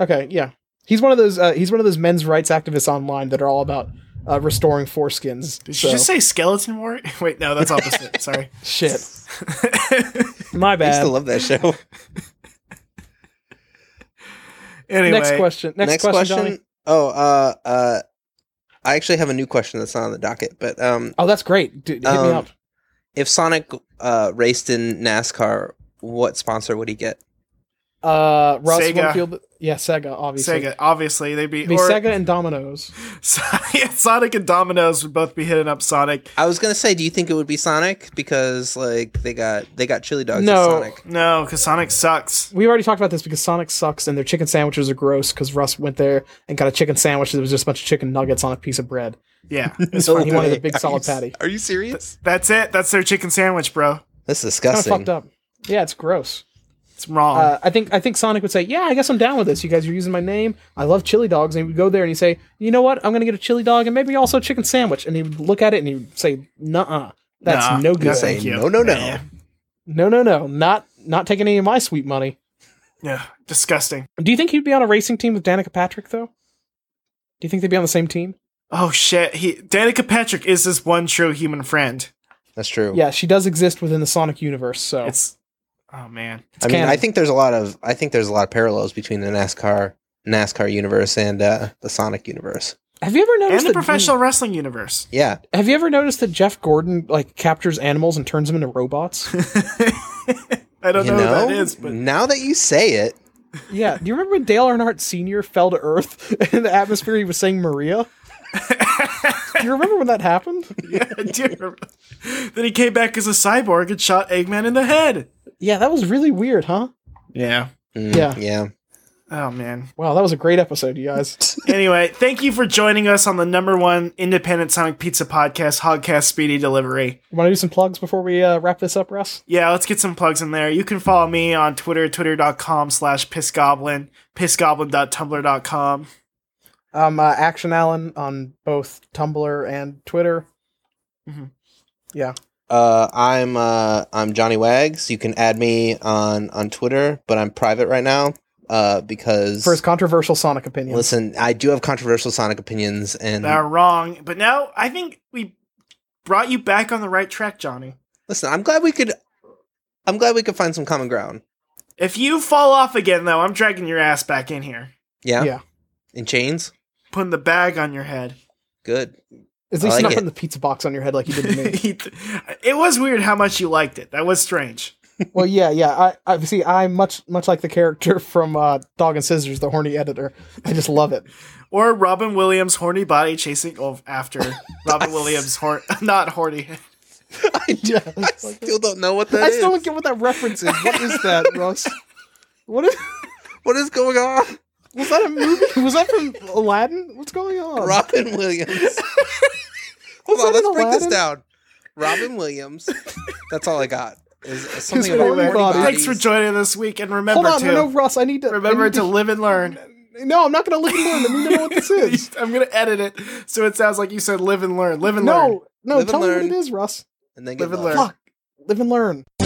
Speaker 1: Okay. Yeah. He's one of those. Uh, he's one of those men's rights activists online that are all about uh, restoring foreskins.
Speaker 2: Did
Speaker 1: so-
Speaker 2: you just say skeleton war? <laughs> Wait, no, that's opposite. Sorry.
Speaker 3: <laughs>
Speaker 1: shit? My
Speaker 3: I
Speaker 1: bad.
Speaker 3: used to love that show.
Speaker 2: anyway,
Speaker 1: next question. <laughs> Next, question. Johnny.
Speaker 3: Oh, uh, uh, I actually have a new question that's not on the docket, but um,
Speaker 1: Oh, that's great. Dude, hit me
Speaker 3: Um,
Speaker 1: up.
Speaker 3: if Sonic uh, raced in NASCAR, what sponsor would he get?
Speaker 1: Uh, Ross
Speaker 2: Sega.
Speaker 1: Winfield. Yeah, Sega. Obviously.
Speaker 2: Sega. Obviously, they'd be,
Speaker 1: It'd Be
Speaker 2: or-
Speaker 1: Sega and Domino's.
Speaker 2: Yeah, <laughs> Sonic and Dominoes would both be hitting up Sonic.
Speaker 3: I was gonna say, do you think it would be Sonic because like they got they got chili dogs?
Speaker 1: No.
Speaker 3: at Sonic.
Speaker 2: No, because Sonic sucks.
Speaker 1: We already talked about this because Sonic sucks and their chicken sandwiches are gross because Russ went there and got a chicken sandwich that was just a bunch of chicken nuggets on a piece of bread.
Speaker 2: Yeah,
Speaker 1: It's fine. He wanted
Speaker 3: way.
Speaker 1: a big
Speaker 3: <laughs> Are
Speaker 1: solid
Speaker 3: you-
Speaker 1: patty.
Speaker 3: Are you serious?
Speaker 2: that's it. That's their chicken sandwich, bro.
Speaker 3: That's
Speaker 1: Kind of
Speaker 3: disgusting.
Speaker 1: fucked up. Yeah, it's gross.
Speaker 2: It's wrong.
Speaker 1: Uh, I think I think Sonic would say, "Yeah, I guess I'm down with this. You guys are using my name. I love chili dogs." And he would go there and he'd say, "You know what? I'm gonna get a chili dog and maybe also a chicken sandwich." And he would look at it and he would say, "Nuh-uh, that's
Speaker 2: Nah,
Speaker 1: no good.
Speaker 2: no
Speaker 3: Say,
Speaker 2: Thank you.
Speaker 3: No, no, no.
Speaker 2: Yeah.
Speaker 1: No, no, no, not not taking any of my sweet money."
Speaker 2: yeah, disgusting.
Speaker 1: Do you think he'd be on a racing team with Danica Patrick though? Do you think they'd be on the same team?
Speaker 2: Oh shit. He Danica Patrick is his one true human friend.
Speaker 3: That's true.
Speaker 1: Yeah, she does exist within the Sonic universe, so
Speaker 2: It's oh man.
Speaker 3: I mean,
Speaker 1: canon.
Speaker 3: I think there's a lot of I think there's a lot of parallels between the NASCAR NASCAR universe and uh, the Sonic universe.
Speaker 1: have you ever noticed
Speaker 2: And the
Speaker 1: that
Speaker 2: professional wrestling universe.
Speaker 3: Yeah,
Speaker 1: Have you ever noticed that Jeff Gordon like captures animals and turns them into robots?
Speaker 2: I don't
Speaker 3: you
Speaker 2: know,
Speaker 3: know,
Speaker 2: who that is, but <laughs>
Speaker 3: now that you say it,
Speaker 1: yeah. Do you remember when Dale Earnhardt Sr. fell to Earth <laughs> in the atmosphere? He was saying Maria. Do you remember when that happened?
Speaker 2: yeah, I do remember. Then he came back as a cyborg and shot Eggman in the head.
Speaker 1: Yeah, that was really weird, huh?
Speaker 2: Yeah.
Speaker 3: mm,
Speaker 1: Yeah.
Speaker 3: yeah,
Speaker 2: Oh man.
Speaker 1: Wow, that was a great episode, you guys. <laughs>
Speaker 2: Anyway, thank you for joining us on the number one independent Sonic Pizza podcast, Hogcast Speedy Delivery.
Speaker 1: You want to do some plugs before we uh, wrap this up, Russ?
Speaker 2: Yeah, let's get some plugs in there. You can follow me on Twitter, twitter.com slash pissgoblin, pissgoblin.tumblr.com.
Speaker 1: Um, uh, Action Allen on both Tumblr and Twitter.
Speaker 3: Uh, I'm uh, I'm Johnny Wags. You can add me on on Twitter, but I'm private right now uh, because
Speaker 1: for his controversial Sonic opinions.
Speaker 3: listen, I do have controversial Sonic opinions, and
Speaker 2: They're wrong. But now I think we brought you back on the right track, Johnny.
Speaker 3: listen, I'm glad we could. I'm glad we could find some common ground.
Speaker 2: If you fall off again, though, I'm dragging your ass back in here,
Speaker 3: Yeah,
Speaker 1: Yeah.
Speaker 3: In chains,
Speaker 2: putting the bag on your head.
Speaker 3: good.
Speaker 1: At
Speaker 3: I
Speaker 1: least
Speaker 3: like
Speaker 1: you're not
Speaker 3: it.
Speaker 1: putting the pizza box on your head like you did to me.
Speaker 2: <laughs> it was weird how much you liked it. That was strange.
Speaker 1: well, yeah, yeah. I, I see. I'm much, much like the character from uh, Dog and Scissors, the horny editor. I just love
Speaker 3: <laughs>
Speaker 1: it.
Speaker 2: Or Robin Williams' horny body chasing of
Speaker 1: <laughs>
Speaker 2: after Robin Williams' hor- <laughs> not horny.
Speaker 3: I, do,
Speaker 1: Yeah.
Speaker 3: I
Speaker 1: <laughs>
Speaker 3: still don't know what that
Speaker 1: I
Speaker 3: is.
Speaker 1: still don't get what that reference is. What is <laughs> that, Russ? What is?
Speaker 3: what is going on,
Speaker 1: Was that a movie? Was that from Aladdin? What's going on? <laughs>
Speaker 3: Robin Williams? Hold
Speaker 1: Oh.
Speaker 3: on,
Speaker 1: that
Speaker 3: let's
Speaker 1: in
Speaker 3: break this
Speaker 1: Aladdin?
Speaker 3: down. Robin Williams. That's all I got. Is is something
Speaker 1: His
Speaker 3: about
Speaker 1: horny
Speaker 3: horny
Speaker 1: body.
Speaker 2: Thanks
Speaker 3: bodies.
Speaker 2: for joining us this week, and
Speaker 1: Hold
Speaker 2: remember
Speaker 1: on,
Speaker 2: to
Speaker 1: no, no, Russ. I need to I
Speaker 2: remember
Speaker 1: need
Speaker 2: to live and learn.
Speaker 1: <laughs> No, I'm not gonna live and learn. I need to know what
Speaker 2: <laughs>
Speaker 1: this is.
Speaker 2: I'm gonna edit it so it sounds like you said live and learn. Live and learn.
Speaker 1: No, no.
Speaker 3: Live and
Speaker 1: tell me what
Speaker 3: learn.
Speaker 1: it is, Russ.
Speaker 3: and then
Speaker 2: Live
Speaker 3: get
Speaker 2: and
Speaker 3: lost.
Speaker 2: learn.
Speaker 1: Fuck. Live and learn.